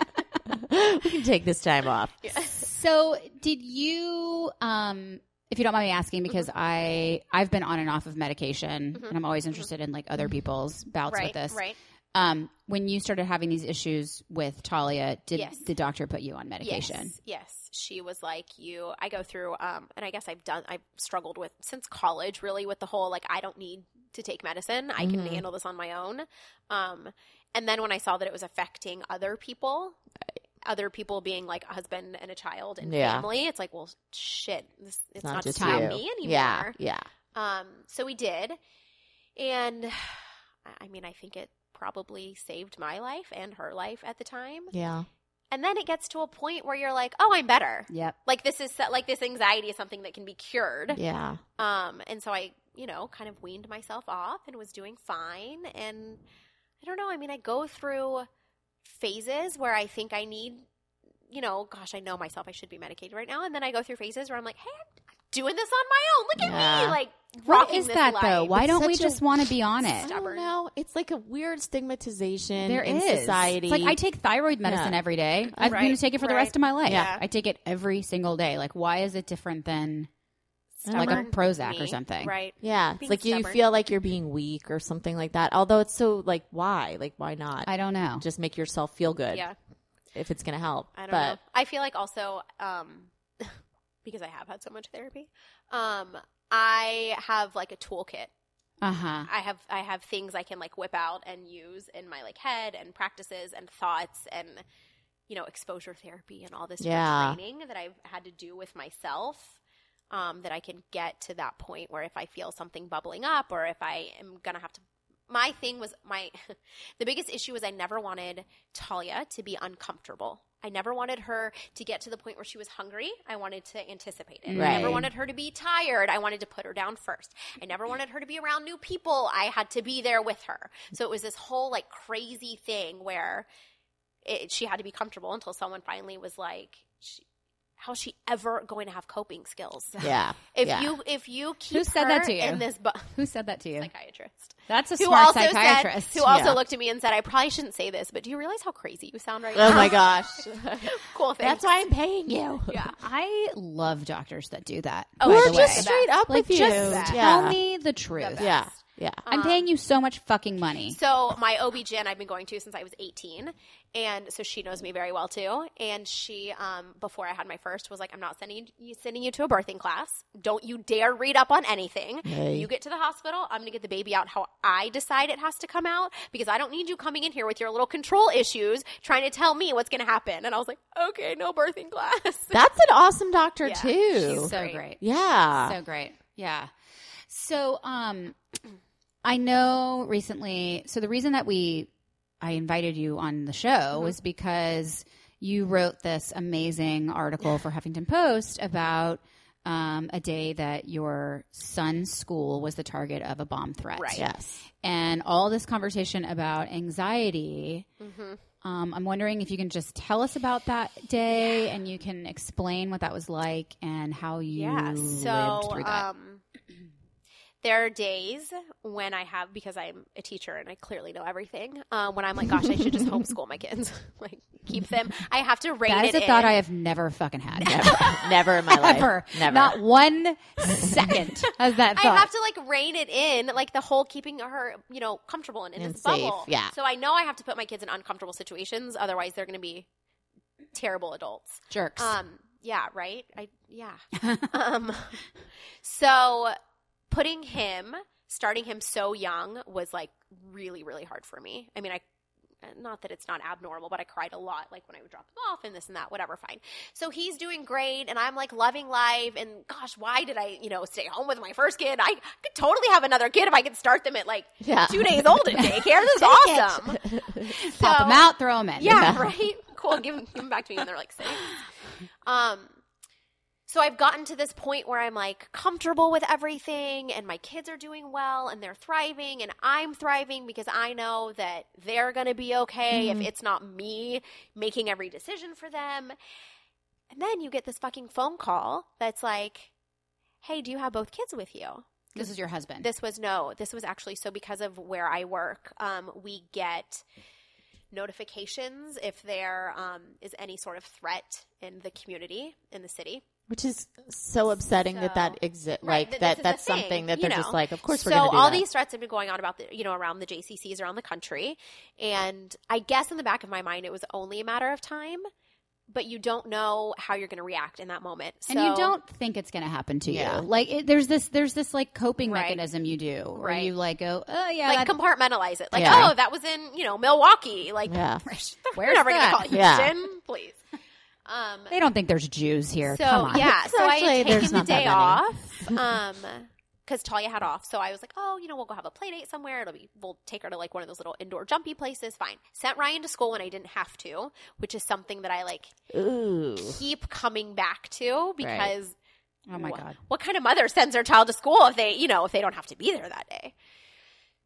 S3: we can take this time
S4: [laughs]
S3: off.
S2: so did you um if you don't mind me asking because Mm-hmm. i i've been on and off of medication and i'm always interested in like other people's bouts with
S4: Right,
S2: this
S4: right.
S2: Um, when you started having these issues with Talia, did
S4: Yes.
S2: the doctor put you on medication?
S4: Yes, yes. She was like, you, I go through, um, and I guess I've done, I've struggled with since college really with the whole, like, I don't need to take medicine. I can handle this on my own. Um, and then when I saw that it was affecting other people, other people being like a husband and a child and
S3: Yeah.
S4: family, it's like, well, shit, this, it's not, just
S3: you.
S4: about me anymore.
S3: Yeah, yeah.
S4: Um, so we did. And [sighs] I I mean, I think it probably saved my life and her life at the time. [laughs]
S3: Yeah.
S4: And then it gets to a point where you're like, oh, I'm better.
S2: Yep.
S4: Like this is like this anxiety is something that can be cured.
S3: Yeah.
S4: Um, and so I, you know, kind of weaned myself off and was doing fine. And I don't know. I mean, I go through phases where I think I need, you know, gosh, I know myself. I should be medicated right now. And then I go through phases where I'm like, hey, I'm I'm doing this on my own. Look at
S3: Yeah.
S4: me, like
S2: What
S4: rocking
S2: is
S4: this
S2: that
S4: life.
S2: though? Why
S3: It's
S2: don't we
S3: such a-
S2: just want to be on it?
S3: I don't
S4: Stubborn.
S3: know. It's like a weird stigmatization
S2: There
S3: in
S2: is
S3: society.
S2: It's like I take thyroid medicine
S3: Yeah.
S2: every day. I'm going to
S4: Right,
S2: take it for the
S4: right.
S2: rest of my life.
S4: Yeah.
S2: I take it every single day. Like, why is it different than
S3: Stubborn
S2: like a Prozac or
S4: Me,
S2: something?
S4: right?
S3: yeah, it's
S4: being
S3: like you, you
S4: stubborn.
S3: feel like you're being weak or something like that. Although it's so like why? Like why not?
S2: I don't know.
S3: Just make yourself feel good
S4: Yeah.
S3: if it's going to help.
S4: I don't
S3: but
S4: know. I feel like also um, [laughs] because I have had so much therapy, um, I have like a toolkit.
S2: Uh huh.
S4: I have I have things I can like whip out and use in my like head and practices and thoughts and you know exposure therapy and all this different
S3: Yeah.
S4: training that I've had to do with myself. Um, that I can get to that point where if I feel something bubbling up or if I am gonna have to. My thing was my [laughs] the biggest issue was I never wanted Talia to be uncomfortable. I never wanted her to get to the point where she was hungry. I wanted to anticipate it. I never
S3: Right.
S4: wanted her to be tired. I wanted to put her down first. I never wanted her to be around new people. I had to be there with her. So it was this whole like crazy thing where it, she had to be comfortable until someone finally was like, she, "How's she ever going to have coping skills?" [laughs]
S3: yeah.
S4: If
S3: yeah.
S4: you if you keep
S2: said that
S4: her
S2: to you?
S4: in this bu- [laughs]
S2: Who said that to you?
S4: psychiatrist
S2: That's a
S4: who
S2: smart
S4: also said,
S2: psychiatrist.
S4: who also
S3: Yeah.
S4: looked at me and said, "I probably shouldn't say this, but do you realize how crazy you sound right now?"
S3: Oh my gosh.
S4: [laughs] cool.
S3: That's
S4: Thanks.
S3: why I'm paying you.
S2: [laughs]
S3: Yeah.
S2: I love doctors that do that.
S4: Oh,
S2: by
S4: Well,
S2: the
S3: just
S2: way.
S3: straight up
S2: like
S3: with you.
S2: just
S3: Yeah.
S2: tell me Um, the truth.
S4: best.
S3: Yeah. Yeah.
S2: I'm paying you so much fucking money.
S4: So my OB/GYN I've been going to since I was 18, and so she knows me very well too. And she, um, before I had my first, was like, "I'm not sending you sending you to a birthing class. Don't you dare read up on anything.
S3: Hey.
S4: You get to the hospital. I'm gonna get the baby out how I decide it has to come out because I don't need you coming in here with your little control issues trying to tell me what's gonna happen." And I was like, "Okay, no birthing class."
S3: That's an awesome doctor
S4: Yeah.
S3: too.
S4: She's-
S2: so
S4: great.
S2: great.
S3: yeah.
S2: So great. Yeah. So um I know recently so the reason that we I invited you on the show was because you wrote this amazing article for Huffington Post about um, a day that your son's school was the target of a bomb threat.
S4: Right.
S3: yes.
S2: And all this conversation about anxiety. Um, I'm wondering if you can just tell us about that day and you can explain what that was like and how you
S4: yeah
S2: lived
S4: so
S2: through that.
S4: um [clears throat] there are days when i have because i'm a teacher and i clearly know everything um, when i'm like gosh i should just homeschool my kids [laughs] like keep them i have to rein
S2: That is
S4: it
S2: a thought
S4: in.
S2: I have never fucking had.
S3: Never, never in my
S2: [laughs]
S3: life.
S2: Ever.
S3: Never.
S2: Not one
S4: [laughs]
S2: second has that
S4: I
S2: thought.
S4: have to like rein it in, like the whole keeping her, you know, comfortable and in
S3: And
S4: this
S3: safe,
S4: bubble.
S3: yeah.
S4: So I know I have to put my kids in uncomfortable situations, otherwise they're going to be terrible adults.
S2: Jerks.
S4: Um, yeah, right? I yeah. um so putting him, starting him so young was like really really hard for me. I mean, I not that it's not abnormal, but I cried a lot like when I would drop him off and this and that, whatever, fine. So he's doing great and I'm like loving life and gosh, why did I, you know, stay home with my first kid? I could totally have another kid if I could start them at like
S3: Yeah.
S4: 2 days old at daycare. This is awesome.
S2: Pop
S4: so-
S2: them out, throw them in.
S4: Yeah, right. Cool. Give them, give 'em back to me when they're like six. Um, so I've gotten to this point where I'm like comfortable with everything, and my kids are doing well, and they're thriving, and I'm thriving because I know that they're going to be okay if it's not me making every decision for them. And then you get this fucking phone call that's like, "Hey, do you have both kids with you?"
S2: This is your husband.
S4: This was no. This was actually so because of where I work, um, we get notifications if there um, is any sort of threat in the community in the city.
S3: Which is so upsetting that that exists.
S4: Right,
S3: like
S4: that
S3: that
S4: this is a
S3: that's
S4: thing,
S3: something that
S4: you
S3: they're
S4: know.
S3: just like, of course
S4: so
S3: we're going to do
S4: all
S3: that.
S4: these threats have been going on about the you know around the JCCs around the country, and I guess in the back of my mind it was only a matter of time, but you don't know how you're going to react in that moment. So,
S2: and you don't think it's going to happen to
S3: Yeah.
S2: you. Like it, there's this, there's this like coping
S4: Right.
S2: mechanism you do, where
S4: Right.
S2: you like go, oh yeah,
S4: like
S2: that-
S4: compartmentalize it. Like
S3: Yeah.
S4: oh that was in you know Milwaukee. Like
S3: Yeah.
S4: [laughs] we're never going to
S2: that?
S4: call it
S3: Yeah.
S4: Houston, please. Um,
S2: they don't think there's Jews here.
S4: So
S2: Come on.
S4: yeah, so I
S3: Actually,
S4: had
S3: there's
S4: taken the
S3: not that
S4: day
S3: many.
S4: off, um, because Talia had off. So I was like, oh, you know, we'll go have a play date somewhere. It'll be we'll take her to like one of those little indoor jumpy places. Fine. Sent Ryan to school when I didn't have to, which is something that I like
S3: Ooh.
S4: [laughs] keep coming back to because.
S2: [laughs] Oh my
S4: wha-
S2: god.
S4: What kind of mother sends their child to school if they, you know, if they don't have to be there that day?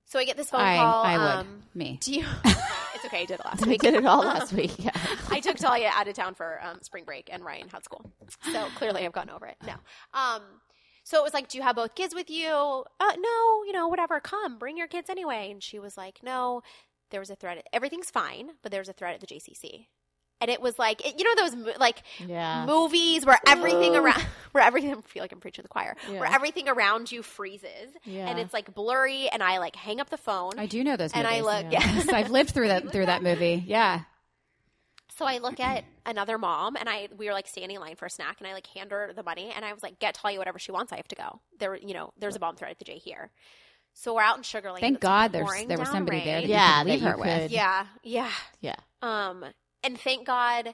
S4: So I get this phone
S2: I,
S4: call.
S2: I would.
S4: Um,
S2: Me.
S4: do
S3: [laughs]
S4: you? it's okay. I did it last
S3: We
S4: week. Um,
S3: did it all last week. Yeah.
S4: I took Talia out of town for um, spring break and Ryan had school. So clearly I've gotten over it. No. Um, so it was like, do you have both kids with you? Uh, no, you know, whatever. Come, bring your kids anyway. And she was like, no, there was a threat. At, everything's fine, but there was a threat at the JCC. And it was like, it, you know, those mo- like
S3: Yeah.
S4: movies where everything around, [laughs] where everything, I feel like I'm preaching to the choir, where
S3: Yeah.
S4: everything around you freezes
S3: Yeah.
S4: and it's like blurry. And I like hang up the phone
S2: I do know those.
S4: and I
S2: movies.
S4: look, yeah.
S2: Yes, [laughs] I've lived through that through
S4: [laughs]
S2: that movie. Yeah.
S4: So I look at another mom, and I we were like standing in line for a snack, and I like hand her the money, and I was like, "Get Talia whatever she wants. I have to go. There, you know, there's a bomb threat at the J here." So we're out in Sugar Lane.
S2: Thank
S4: It's
S2: God there's
S4: pouring
S2: there was
S4: down
S2: somebody there. That
S4: rain.
S3: Yeah,
S2: you could leave
S3: that you
S2: her with.
S3: could-
S4: yeah, yeah.
S3: Yeah.
S4: Um, and thank God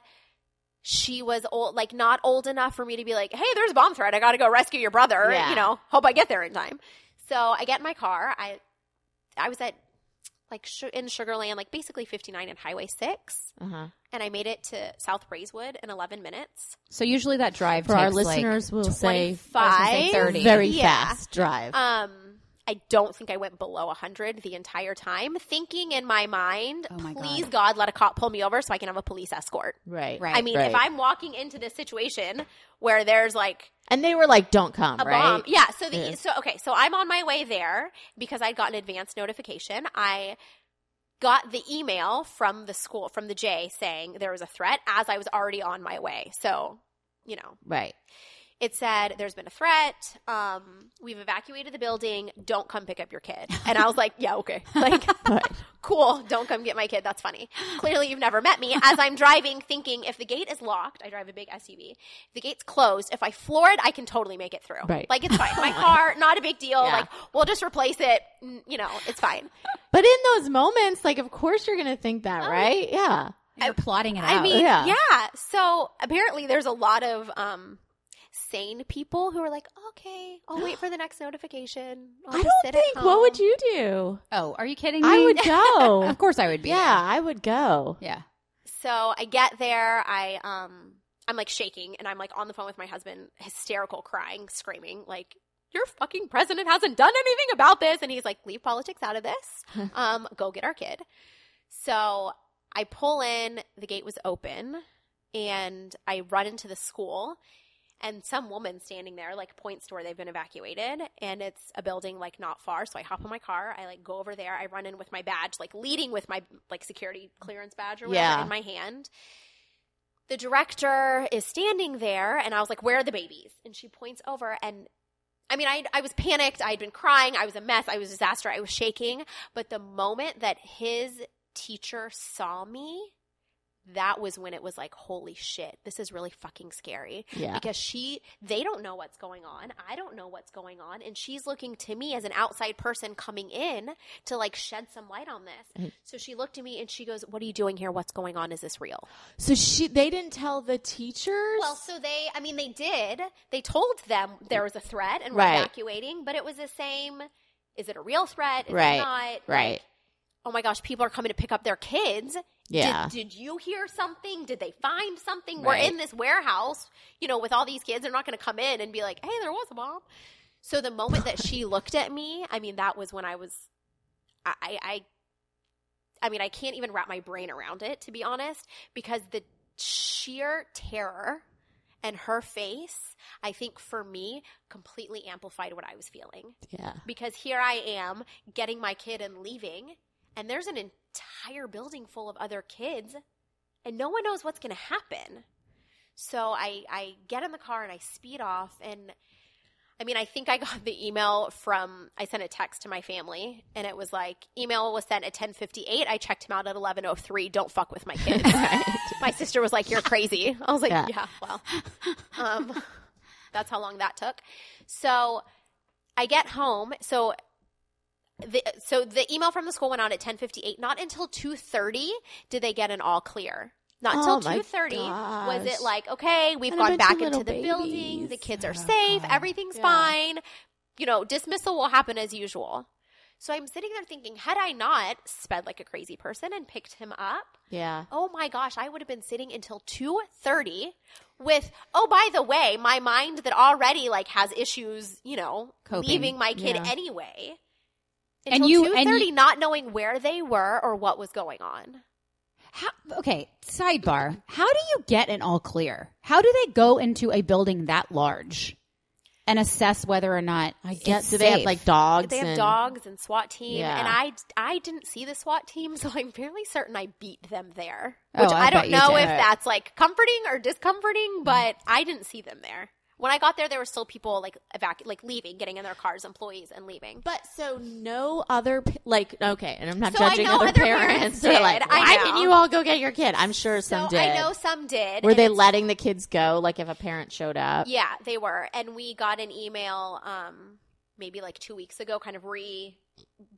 S4: she was old, like not old enough for me to be like, "Hey, there's a bomb threat. I got to go rescue your brother."
S3: Yeah.
S4: You know, hope I get there in time. So I get in my car. I I was at like Su- in Sugar Land, like basically 59 and Highway Six
S3: Uh-huh.
S4: and I made it to South Brazewood in 11 minutes.
S2: So usually that drive
S3: For
S2: takes
S3: our
S2: like-
S3: listeners, we'll say
S4: 25,
S2: 30.
S3: very
S4: Yeah.
S3: fast drive.
S4: Um, I don't think I went below 100 the entire time, thinking in my mind,
S2: Oh my
S4: please
S2: God.
S4: God. let a cop pull me over so I can have a police escort.
S3: right.
S2: Right.
S4: I mean, if
S3: right.
S4: I'm walking into this situation where there's like
S3: And they were like, don't come,
S4: a
S3: right?
S4: bomb, yeah. So the
S3: Yeah.
S4: so okay, so I'm on my way there because I'd gotten advance notification. I got the email from the school from the J saying there was a threat as I was already on my way. So you know,
S3: Right.
S4: it said there's been a threat um, we've evacuated the building don't come pick up your kid and i was like yeah
S3: [laughs]
S4: okay like cool don't come get my kid that's funny clearly you've never met me as i'm driving thinking if the gate is locked i drive a big suv if the gate's closed if i floor it i can totally make it through
S3: Right. Oh
S4: like it's
S3: [laughs]
S4: fine my car not a big deal
S3: Yeah.
S4: like we'll just replace it N- you know it's fine
S3: But in those moments, like, of course you're going to think that,
S4: Oh.
S3: right? Yeah.
S2: You're plotting it out.
S4: I mean,
S3: Oh, Yeah.
S4: yeah. So apparently, there's a lot of um, sane people who are like, "Okay, I'll wait for the next notification." I'll
S3: I
S4: just
S3: don't
S4: Oh, sit at
S3: think, what would
S4: home."
S3: you do?
S2: oh, are you kidding me? [laughs]
S3: I
S4: [laughs]
S3: would go.
S2: Of course, I would be.
S3: yeah, I would go.
S2: there. yeah.
S4: So I get there, I um, I'm like shaking, and I'm like on the phone with my husband, hysterical, crying, screaming, like. Your fucking president hasn't done anything about this. And he's like, leave politics out
S3: [laughs]
S4: of this. Um, go get our kid. So I pull in, the gate was open, and I run into the school. And some woman standing there like points to where they've been evacuated, and it's a building like not far. So I hop in my car, I like go over there, I run in with my badge, like leading with my like security clearance badge or whatever
S3: Yeah.
S4: in my hand. The director is standing there, and I was like, "Where are the babies?" And she points over, and I mean, I I was panicked, I had been crying, I was a mess, I was a disaster, I was shaking. But the moment that his teacher saw me, that was when it was like, holy shit, this is really fucking scary.
S3: Yeah.
S4: Because she, they don't know what's going on. I don't know what's going on. And she's looking to me as an outside person coming in to like shed some light on this.
S3: Mm-hmm.
S4: So she looked at me and she goes, What are you doing here? What's going on? Is this real?
S3: So she, they didn't tell the teachers?
S4: Well, so they, I mean, they did. They told them there was a threat and we're
S3: Right.
S4: evacuating, but it was the same. Is it a real threat? Is
S3: Right.
S4: it not?
S3: right.
S4: Like, oh my gosh, people are coming to pick up their kids.
S3: Yeah.
S4: Did, did you hear something? Did they find something?
S3: Right.
S4: We're in this warehouse, you know, with all these kids. They're not going to come in and be like, hey, there was a bomb. So the moment that she looked at me, I mean, that was when I was, I, I, I- I mean, I can't even wrap my brain around it, to be honest, because the sheer terror and her face, I think for me, completely amplified what I was feeling
S3: yeah.
S4: because here I am getting my kid and leaving, and there's an entire building full of other kids, and no one knows what's going to happen. So I, I get in the car and I speed off. And I mean, I think I got the email from, I sent a text to my family and it was like, email was sent at 1058. I checked him out at 1103. Don't fuck with my kids. my sister was like, you're crazy. I was like,
S3: Yeah.
S4: yeah, well, um, that's how long that took. So I get home. So the, so the email from the school went out at 10:58. Not until 2:30 did they get an all clear. Not
S3: Oh
S4: until
S3: my
S4: 2:30 was
S3: gosh.
S4: it like, okay, we've
S3: And a
S4: gone
S3: bunch of
S4: back into
S3: little
S4: the building. The
S3: babies. Oh,
S4: kids are safe. Everything's fine. You know, dismissal will happen as usual. So I'm sitting there thinking, had I not sped like a crazy person and picked him up,
S3: Yeah.
S4: Oh my gosh, I would have been sitting until 2:30 with oh by the way, my mind that already like has issues, you know,
S2: Coping.
S4: leaving my kid
S3: Yeah.
S4: anyway.
S2: And
S4: Until
S2: you-
S4: 2:30
S2: and you-
S4: not knowing where they were or what was going on.
S2: How, okay, sidebar. How do you get an all clear? How do they go into a building that large and assess whether or not
S3: I guess.
S2: it's
S3: Do they have
S2: safe?
S3: like dogs?
S4: They have
S3: and-
S4: dogs and SWAT team
S3: Yeah.
S4: and I I didn't see the SWAT team, [laughs] so I'm fairly certain I beat them there.
S2: Oh,
S4: Which
S2: I
S4: I,
S2: bet
S4: don't
S2: you
S4: know
S2: did. Mm.
S4: if that's like comforting or discomforting, but I didn't see them there. When I got there, there were still people like evacu- like leaving, getting in their cars, employees, and leaving.
S3: But so no other pa- like okay, and I'm not
S4: So I
S3: judging
S4: know
S3: other,
S4: other
S3: parents.
S4: [laughs] parents
S3: They're like,
S4: did, I
S3: why
S4: know.
S3: didn't you all go get your kid? I'm sure some
S4: So
S3: did.
S4: I know some did.
S3: Were
S4: and
S3: they
S4: it's-
S3: letting the kids go? Like if a parent showed up?
S4: Yeah, they were. And we got an email um maybe like 2 weeks ago kind of re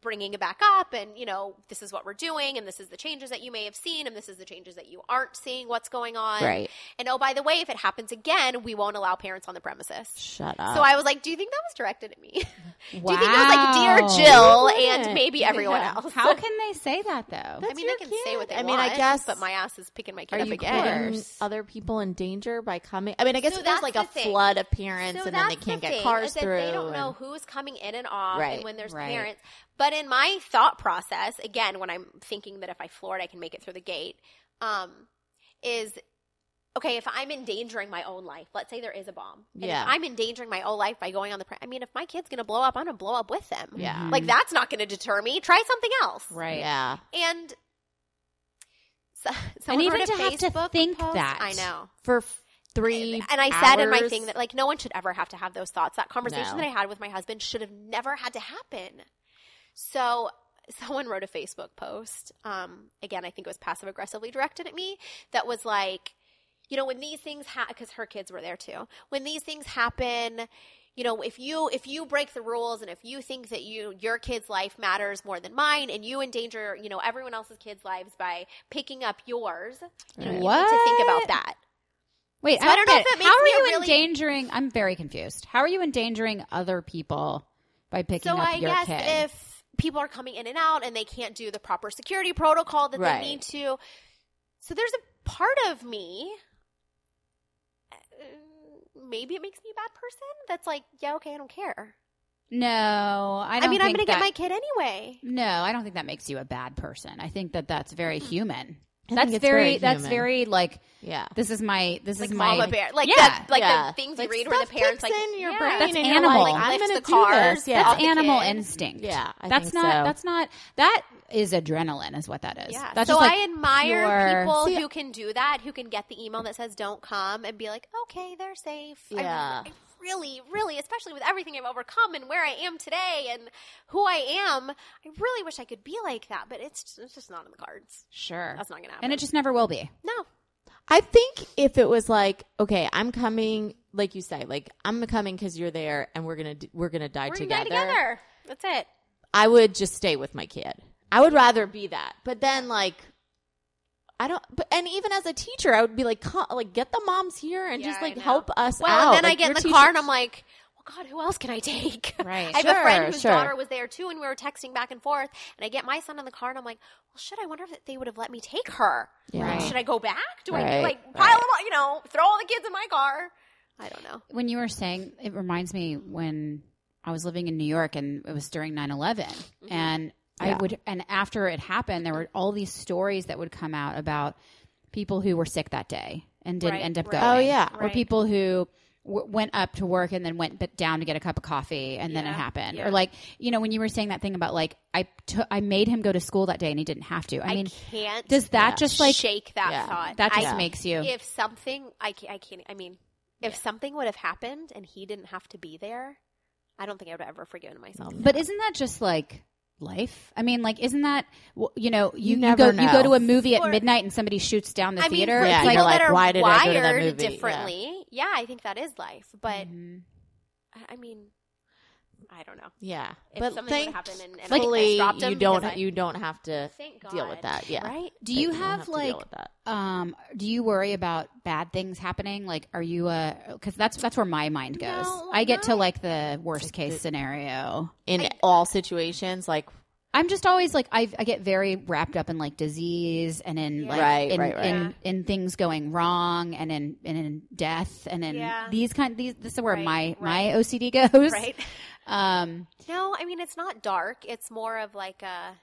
S4: bringing it back up and you know, this is what we're doing and this is the changes that you may have seen and this is the changes that you aren't seeing what's going on.
S3: Right.
S4: And oh by the way, if it happens again, we won't allow parents on the premises.
S3: Shut up.
S4: So I was like, do you think that was directed at me? [laughs]
S2: wow.
S4: do you think that was like dear Jill
S3: wouldn't.
S4: and maybe everyone
S3: Yeah.
S4: else? [laughs]
S2: How can they say that though?
S4: I mean, they
S3: your
S4: can say what
S3: kid.
S4: they
S3: I mean, I
S4: want,
S3: guess-
S4: but my ass is picking my kid
S3: Are
S4: up
S3: you
S4: again.
S3: putting
S2: course.
S3: other people in danger by coming? I mean, I guess
S4: So
S3: if there's
S4: that's
S3: like
S4: the
S3: a
S4: thing.
S3: flood of parents, and then they
S4: that's
S3: can't
S4: the
S3: get
S4: thing,
S3: cars
S4: is that
S3: through.
S4: They don't
S3: and-
S4: know who's coming in and off,
S3: Right,
S4: and when there's
S2: right.
S4: parents. But in my thought process, again, when I'm thinking that if I floor it, I can make it through the gate, um, is okay. If I'm endangering my own life, let's say there is a bomb, and if
S3: Yeah.
S4: I'm endangering my own life by going on the. Pre- I mean, if my kid's gonna blow up, I'm gonna blow up with them.
S3: Yeah.
S4: like that's not gonna deter me. Try something else,
S2: Mm-hmm. Right.
S3: Yeah.
S4: and. So, [laughs] someone
S2: even
S4: wrote a
S2: to have to
S4: Facebook
S2: think
S4: post-
S2: that.
S4: I know
S3: For f- three
S4: and I said in my
S3: hours.
S4: thing that like no one should ever have to have those thoughts. That conversation
S3: No.
S4: that I had with my husband should have never had to happen. So someone wrote a Facebook post. Um, again, I think it was passive aggressively directed at me. That was like, you know, when these things happen, because her kids were there too. When these things happen, you know, if you if you break the rules and if you think that you your kid's life matters more than mine and you endanger you know everyone else's kids' lives by picking up yours, you know, you need to think
S2: What?
S4: about that.
S2: Wait,
S4: So I don't know
S2: get
S4: if
S2: it.
S4: that makes
S2: How are
S4: me a
S2: you
S4: really-
S2: endangering? I'm very confused. How are you endangering other people by picking
S4: So
S2: up
S4: I
S2: your
S4: guess
S2: kid?
S4: if people are coming in and out and they can't do the proper security protocol that
S3: Right.
S4: they need to, so there's a part of me. uh, Maybe it makes me a bad person. That's like, yeah, okay, I don't care.
S2: no, I
S4: I,
S2: don't.
S4: mean, I'm gonna
S2: think
S4: get my
S2: that-
S4: kid anyway.
S2: No, I don't think that makes you a bad person. I think that that's very human.
S3: I
S2: That's
S3: think it's
S2: very.
S3: very
S2: That's
S3: human.
S2: very like.
S3: Yeah.
S2: This is my. This
S4: Like
S2: is my.
S4: mama bear, like
S2: Yeah.
S4: the like
S3: Yeah.
S4: the things
S3: Like,
S4: you read where the
S3: stuff
S4: parents like
S3: clicks in your
S4: yeah.
S3: brain
S2: That's
S3: and you're like,
S2: animal.
S4: Like,
S3: I'm
S4: lifts
S3: gonna
S4: the
S3: do
S4: cars,
S3: this. Yeah.
S4: off
S2: That's
S4: the
S2: animal
S4: kid.
S2: instinct.
S3: Yeah, I
S2: that's
S3: think
S2: not.
S3: so.
S2: That's not. That is adrenaline, is what that is.
S4: Yeah.
S2: That's
S4: so
S2: just like
S4: I admire
S2: pure-
S4: people who can do that, who can get the email that says "Don't come" and be like, "Okay, they're safe." I-
S3: Yeah.
S4: I, really, really, especially with everything I've overcome and where I am today and who I am, I really wish I could be like that, but it's just, it's just not in the cards.
S2: Sure.
S4: That's not gonna happen.
S2: And it just never will be.
S4: No,
S3: I think if it was like, okay, I'm coming, like you say, like I'm coming because you're there, and we're gonna d- we're gonna die
S4: we're
S3: together.
S4: gonna die together. That's it.
S3: I would just stay with my kid. I would rather be that. But then like I don't but and even as a teacher, I would be like co- like get the moms here and
S4: Yeah,
S3: just
S4: I
S3: like
S4: know.
S3: help us
S4: Well,
S3: out.
S4: and then
S3: Like,
S4: I get
S3: your
S4: in the
S3: teacher-
S4: car and I'm like, well, God, who else can I take?
S2: Right.
S4: I have
S3: Sure,
S4: a friend whose
S3: sure.
S4: daughter was there too, and we were texting back and forth. And I get my son in the car, and I'm like, well, shit, I wonder if they would have let me take her.
S3: Yeah.
S4: Like,
S3: Right.
S4: Should I go back? Do I
S3: Right,
S4: like pile them all, you know, throw all the kids in my car? I don't know.
S2: When you were saying, it reminds me when I was living in New York and it was during 9 11.
S4: Mm-hmm.
S2: And I
S3: Yeah.
S2: would, and after it happened, there were all these stories that would come out about people who were sick that day and didn't
S4: Right,
S2: end up
S4: right.
S2: going.
S3: Oh, yeah.
S2: Or
S4: Right.
S2: people who w- went up to work and then went b- down to get a cup of coffee and then it
S4: Yeah.
S2: happened.
S4: Yeah.
S2: Or like, you know, when you were saying that thing about like, I took, I made him go to school that day and he didn't have to. I,
S4: I
S2: mean,
S4: can't.
S2: does that just like,
S4: shake that
S3: Yeah.
S4: thought?
S2: that just
S4: I,
S2: makes you,
S4: If something, I can't. I, can't, I mean, if something would have happened and he didn't have to be there, I don't think I would have ever forgiven myself.
S2: but isn't that just like, Life. I mean, like, isn't that w- you know you, you go
S3: never
S2: you go
S3: know.
S2: to a movie at
S4: Or-
S2: midnight and somebody shoots down the
S4: I
S2: theater?
S4: mean, for
S2: It's
S3: Yeah,
S2: like,
S4: people
S3: you're like,
S4: that are
S3: "Why did I go to that
S4: wired
S3: movie?" Yeah. Mm-hmm.
S4: differently, yeah. I think that is life. But
S2: Mhm.
S4: I- I mean, I don't know.
S3: Yeah,
S4: If
S3: but
S4: something
S3: thank
S4: would happen and, and
S3: fully,
S4: I stopped him
S3: you don't
S4: because I-
S3: you don't have to
S4: thank God,
S3: deal with that. Yeah,
S4: right?
S2: Do you
S3: That don't
S2: have,
S3: to deal
S2: like-
S3: with that.
S2: Um, do you worry about bad things happening? Like, are you a? Because that's that's where my mind goes.
S4: No,
S2: I get to
S4: not-
S2: like the worst case scenario.
S3: in all situations? Like
S2: I'm just always like I, I get very wrapped up in like disease and in
S4: Yeah.
S2: like
S3: Right,
S2: in,
S3: right, right.
S2: in,
S4: Yeah.
S2: in things going wrong and in and in death and in
S4: Yeah.
S2: these kind these this is where
S4: Right,
S2: my
S4: right.
S2: my OCD goes.
S4: Right? [laughs]
S2: Um,
S4: No, I mean it's not dark. It's more of like a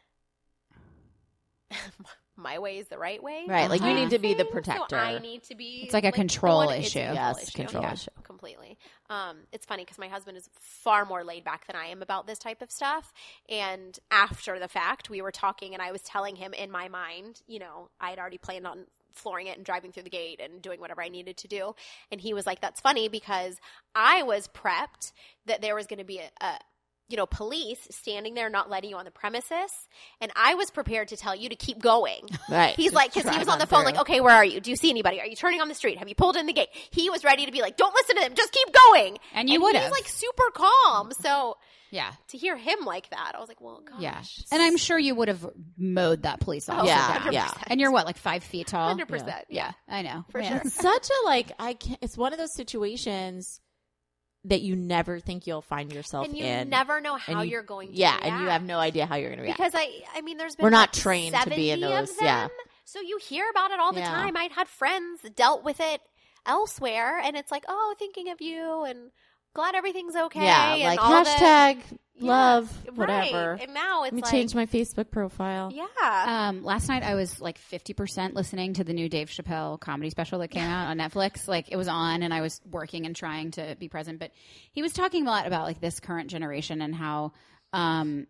S4: [laughs] my way is the right way.
S3: Right, like,
S2: you
S4: kind
S2: need
S4: of
S3: to be the
S4: thing.
S3: protector.
S4: So I need to be.
S2: It's like a
S4: the
S2: control
S4: one- it's a
S2: issue.
S3: Yes, control issue.
S4: completely. Um, it's funny because my husband is far more laid back than I am about this type of stuff. And after the fact, we were talking, and I was telling him in my mind, you know, I had already planned on flooring it and driving through the gate and doing whatever I needed to do. And he was like, "That's funny because I was prepped that there was going to be a." a you know, police standing there not letting you on the premises. And I was prepared to tell you to keep going.
S3: right,
S4: He's
S3: just
S4: like, because he
S3: drive
S4: was on the phone,
S3: through.
S4: like, okay, where are you? Do you see anybody? Are you turning on the street? Have you pulled in the gate? He was ready to be like, don't listen to them, just keep going.
S2: And you would
S4: he's,
S2: have.
S4: like super calm. So
S2: yeah,
S4: to hear him like that, I was like, well, oh, gosh. Oh,
S2: yeah. And I'm sure you would have mowed that police officer
S3: Yeah,
S2: down.
S3: yeah.
S2: And you're what like five feet tall.
S4: 100%. Yeah.
S2: Yeah, I know
S4: [laughs] For
S2: Yeah.
S4: sure.
S3: such a like I can't. It's one of those situations that you never think you'll find yourself
S4: And you
S3: in.
S4: never know how
S3: you-
S4: you, are going to
S3: yeah, and you
S4: react.
S3: have no idea how you're going to react.
S4: Because I, I mean, there's been
S3: We're not
S4: like,
S3: trained to be in
S4: 70 of
S3: those, yeah.
S4: them. So you hear about it all the
S3: Yeah.
S4: time. I'd had friends that dealt with it elsewhere, and it's like, oh, thinking of you, and glad everything's okay.
S3: yeah,
S4: and
S3: like
S4: all the-
S3: hashtag
S4: Yeah,
S3: love
S4: right.
S3: whatever.
S4: And now it's
S3: Let me
S4: like,
S3: change my Facebook profile.
S4: yeah,
S2: Um, last night I was like 50% listening to the new Dave Chappelle comedy special that came out on Netflix. Like it was on and I was working and trying to be present, but he was talking a lot about like this current generation and how, um,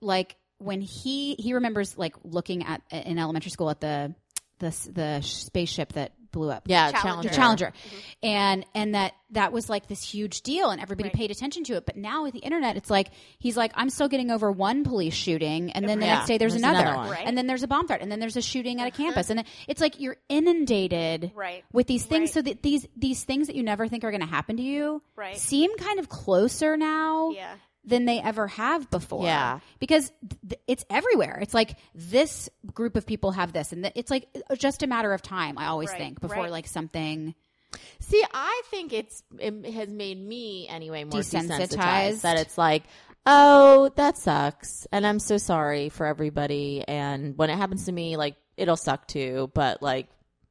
S2: like when he, he remembers like looking at in elementary school at the, the, the spaceship that blew up.
S3: Yeah, challenger.
S4: Challenger.
S2: The Challenger,
S4: Mm-hmm.
S2: and and that that was like this huge deal, and everybody
S4: Right.
S2: paid attention to it. But now with the internet, it's like he's like, I'm still getting over one police shooting, and then the
S3: Yeah,
S2: next day there's,
S3: there's
S2: another,
S3: another one.
S4: Right.
S2: and then there's a bomb threat, and then there's a shooting at a campus, and then it's like you're inundated
S4: Uh-huh. Right.
S2: with these things.
S4: Right.
S2: So that these these things that you never think are going to happen to you
S4: Right.
S2: seem kind of closer now
S4: yeah.
S2: than they ever have before.
S3: Yeah.
S2: Because th- th- it's everywhere. It's like this group of people have this, and th- it's like uh, just a matter of time. I always
S4: Right,
S2: think before
S4: right.
S2: like something.
S3: See, I think it's it has made me anyway more
S2: Desensitized.
S3: desensitized. That it's like, oh, that sucks, and I'm so sorry for everybody. And when it happens to me, like it'll suck too, but like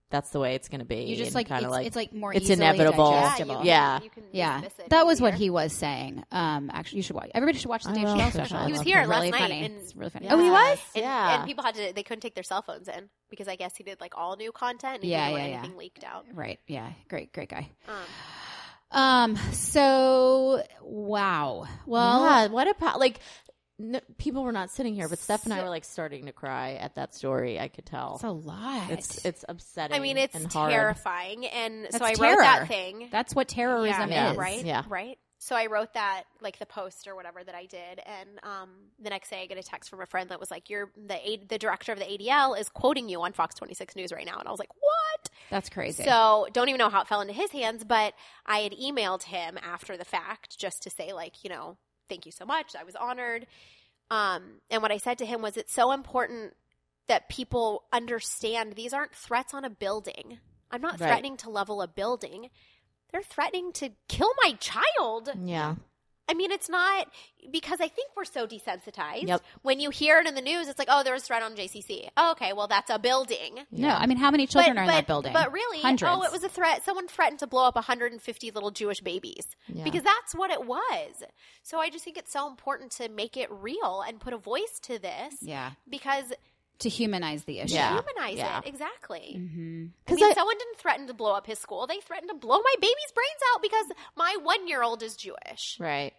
S3: that's the way it's gonna be.
S2: You just
S3: and
S2: like
S3: kinda
S2: it's, it's like more
S3: it's
S2: easily
S3: inevitable.
S4: Yeah, you
S2: digestible.
S4: can-
S3: Yeah.
S4: you can
S2: Yeah.
S4: miss it
S2: that was what
S4: easier.
S2: he was saying. Um, actually, you should watch. Everybody should watch the
S3: I
S2: Dave
S3: love
S2: Chappelle
S3: Chappelle.
S2: special.
S3: I
S4: He was
S3: love
S4: here
S3: him.
S4: last
S2: really
S4: night.
S2: funny.
S4: And,
S2: it's really funny.
S3: Yeah.
S2: Oh, he was.
S4: and,
S3: Yeah.
S4: and people had to they couldn't take their cell phones in because I guess he did like all new content. And he
S2: Yeah,
S4: didn't want
S2: yeah, yeah.
S4: anything leaked out.
S2: Right. Yeah. Great. Great guy.
S4: Um,
S2: Um. So wow. Well.
S3: yeah, what a po- like. No, people were not sitting here, but Steph and I were like starting to cry at that story. I could tell.
S2: It's a lot.
S3: it's it's upsetting.
S4: I mean, it's
S3: and hard.
S4: terrifying. And so I
S2: That's
S4: wrote
S2: terror.
S4: that thing.
S2: That's what terrorism
S3: Yeah.
S2: is,
S4: Right?
S3: Yeah.
S4: Right? So I wrote that, like the post or whatever that I did, and um, the next day I get a text from a friend that was like, "You're the A- the director of the ADL is quoting you on Fox 26 News right now," and I was like, "What?"
S2: That's crazy.
S4: So don't even know how it fell into his hands, but I had emailed him after the fact just to say like, you know, thank you so much. I was honored. Um, and what I said to him was, it's so important that people understand these aren't threats on a building. I'm not
S3: Right.
S4: threatening to level a building. They're threatening to kill my child.
S3: Yeah,
S4: I mean, it's not because I think we're so desensitized.
S3: Yep.
S4: When you hear it in the news, it's like, oh, there was a threat on JCC. Oh, okay, well, that's a building.
S2: no, I mean, how many children are in that building?
S4: But really,
S2: hundreds.
S4: oh, it was a threat. Someone threatened to blow up 150 little Jewish babies
S3: Yeah.
S4: because that's what it was. So I just think it's so important to make it real and put a voice to this
S2: yeah.
S4: because
S2: to humanize the issue.
S3: Yeah.
S4: Humanize
S3: Yeah.
S4: it exactly. I
S3: 'Cause
S4: mean,
S3: I-
S4: someone didn't threaten to blow up his school. They threatened to blow my baby's brains out because my one-year-old is Jewish.
S3: Right.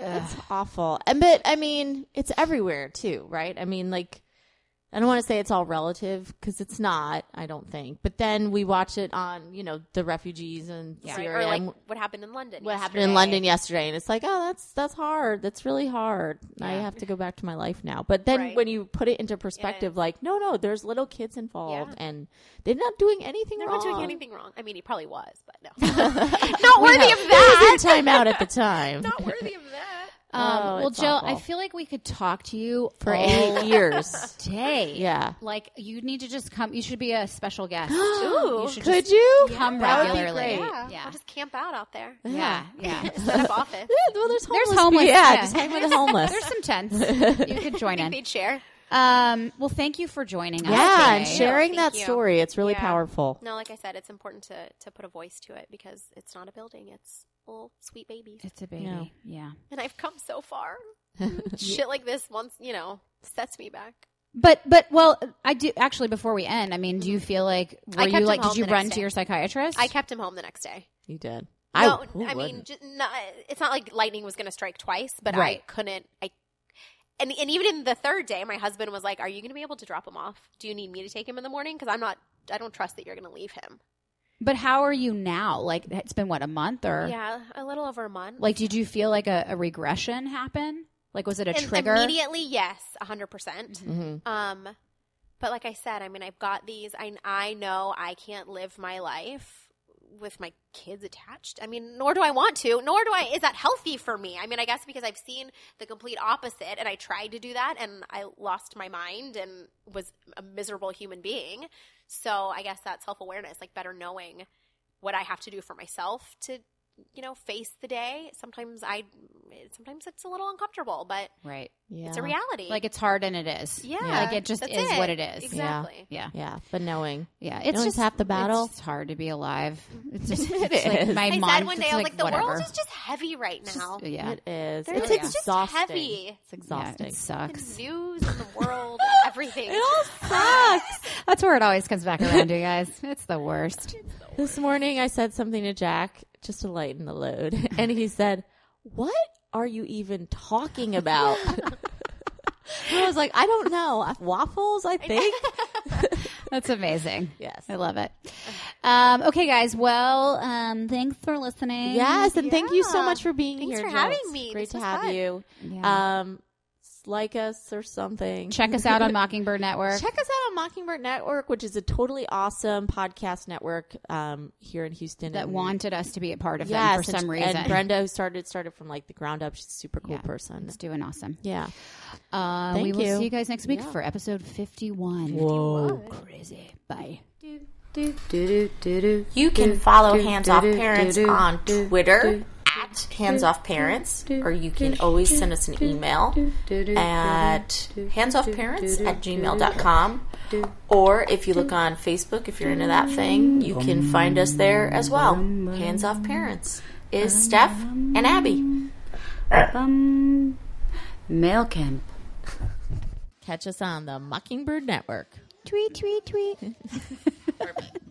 S3: It's awful. And but I mean, it's everywhere too, right? I mean, like I don't want to say it's all relative because it's not, I don't think. But then we watch it on, you know, the refugees and
S4: Right?
S3: Syria
S4: Or like
S3: and
S4: what happened in London.
S3: what happened in
S4: yesterday.
S3: London yesterday and it's like, "Oh, that's that's hard. That's really hard. I have to go back to my life now." But then
S4: Right.
S3: when you put it into perspective like, "No, no, there's little kids involved and they're not doing anything
S4: They're
S3: wrong."
S4: not doing anything wrong. I mean, he probably was, but no, [laughs] not worthy of that. [laughs]
S3: It was in timeout at the time.
S4: Not worthy of that.
S2: Um,
S3: Oh,
S2: well,
S3: it's
S2: Jill, I
S3: awful.
S2: feel like we could talk to you
S3: for
S2: all
S3: eight years.
S2: day.
S3: Yeah.
S2: Like you need to just come. You should be a special
S4: [gasps]
S2: guest.
S4: [laughs] Ooh,
S2: you should
S3: Could
S2: just
S3: you?
S2: come
S3: That would be
S2: regularly.
S3: great.
S4: yeah.
S2: Yeah.
S4: I'll just camp out out there.
S2: Yeah.
S4: [laughs]
S2: Yeah.
S4: Set up office.
S3: Yeah, well, there's homeless.
S2: homeless,
S3: people. Yeah,
S2: yeah.
S3: just hang
S4: [laughs]
S3: with the homeless.
S2: There's some tents. You could join in.
S4: They'd share.
S2: Um, well, thank you for joining us.
S3: yeah, and
S2: today.
S3: sharing
S4: Thank
S3: that
S4: you.
S3: story, it's really
S4: Yeah.
S3: powerful.
S4: No, like I said, it's important to to put a voice to it because it's not a building. It's little sweet babies.
S2: It's a baby.
S3: Yeah.
S2: Yeah.
S4: And I've come so far. Shit like this once, you know, sets me back.
S2: But but well, I do actually. Before we end, I mean, do you feel like
S4: Mm-hmm.
S2: were
S4: I kept
S2: you
S4: him
S2: like
S4: home
S2: did you
S4: the
S2: run
S4: next
S2: to
S4: day.
S2: your psychiatrist?
S4: I kept him home the next day.
S3: You did.
S4: No,
S3: who
S4: I, mean,
S3: wouldn't?
S4: just, no, it's not like lightning was going to strike twice, but
S2: Right.
S4: I couldn't. I and and even in the third day, my husband was like, "Are you going to be able to drop him off? Do you need me to take him in the morning? Because I'm not. I don't trust that you're going to leave him."
S2: But how are you now? Like it's been what a month or
S4: Yeah, a little over a month.
S2: like did you feel like a, a regression happen? Like was it a
S4: And
S2: trigger?
S4: immediately, yes, hundred percent.
S3: Mhm.
S4: Um, but like I said, I mean, I've got these. I I know I can't live my life with my kids attached. I mean, nor do I want to. Nor do I. Is that healthy for me? I mean, I guess because I've seen the complete opposite, and I tried to do that, and I lost my mind and was a miserable human being. So I guess that self awareness, like better knowing what I have to do for myself to, you know, face the day. Sometimes I, sometimes it's a little uncomfortable, but
S2: right.
S3: Yeah.
S4: it's a reality.
S2: Like it's hard and it is.
S4: yeah,
S2: Like it just
S4: that's
S2: is what it is.
S4: Exactly.
S2: Yeah.
S3: Yeah, but knowing.
S2: Yeah. It's
S3: Knowing's
S2: just
S3: half the battle.
S2: It's just hard to be [laughs] alive. It's just
S3: It
S2: it's like
S3: is.
S2: my
S4: I
S2: month.
S4: said one day,
S2: it's
S4: I was like, the
S2: whatever. uh,
S4: world is just heavy right now.
S2: yeah.
S3: It is.
S4: There
S3: It's
S4: is- it's just
S3: exhausting.
S4: heavy.
S3: It's
S2: yeah,
S3: exhausting.
S2: it sucks.
S4: the news and the world,
S2: [laughs]
S4: and everything.
S2: sucks. [laughs] That's where it always comes back around, you guys. It's the worst.
S3: This morning I said something to Jack just to lighten the load. [laughs] And he said, What are you even talking about? [laughs] I was like, I don't know. Waffles, I think.
S2: That's amazing.
S3: Yes.
S2: I love it. Um, okay, guys. Well, um, thanks for listening.
S3: Yes, and thank you so
S4: Yeah.
S3: much for being
S4: Thanks
S3: here.
S4: for
S3: Jill.
S4: having
S3: It's
S4: me.
S3: Great
S4: This
S3: to
S4: was
S3: have
S4: fun.
S3: you.
S2: Yeah.
S3: Um, s- like us or something.
S2: Check us [laughs] out on Mockingbird Network.
S3: Check us out on Mockingbird Network, which is a totally awesome podcast network um, here in Houston.
S2: that
S3: and-
S2: wanted us to be a part of
S3: Yes,
S2: them for
S3: and-
S2: some reason.
S3: And Brenda, who started started from like the ground up, she's a super cool
S2: Yeah.
S3: person.
S2: it's doing awesome.
S3: Yeah.
S2: Uh,
S3: Thank
S2: we will
S3: you.
S2: see you guys next week
S3: Yeah.
S2: for episode 51.
S3: Whoa.
S2: Crazy. Bye.
S5: You can follow Hands Off Parents on Twitter at Hands Off Parents, or you can always send us an email at handsoffparents at gmail.com. Or if you look on Facebook, if you're into that thing, you can find us there as well. Hands Off Parents is Steph and Abby.
S6: Bum. Mail camp.
S3: Catch us on the Mockingbird Network.
S2: Tweet, tweet, tweet.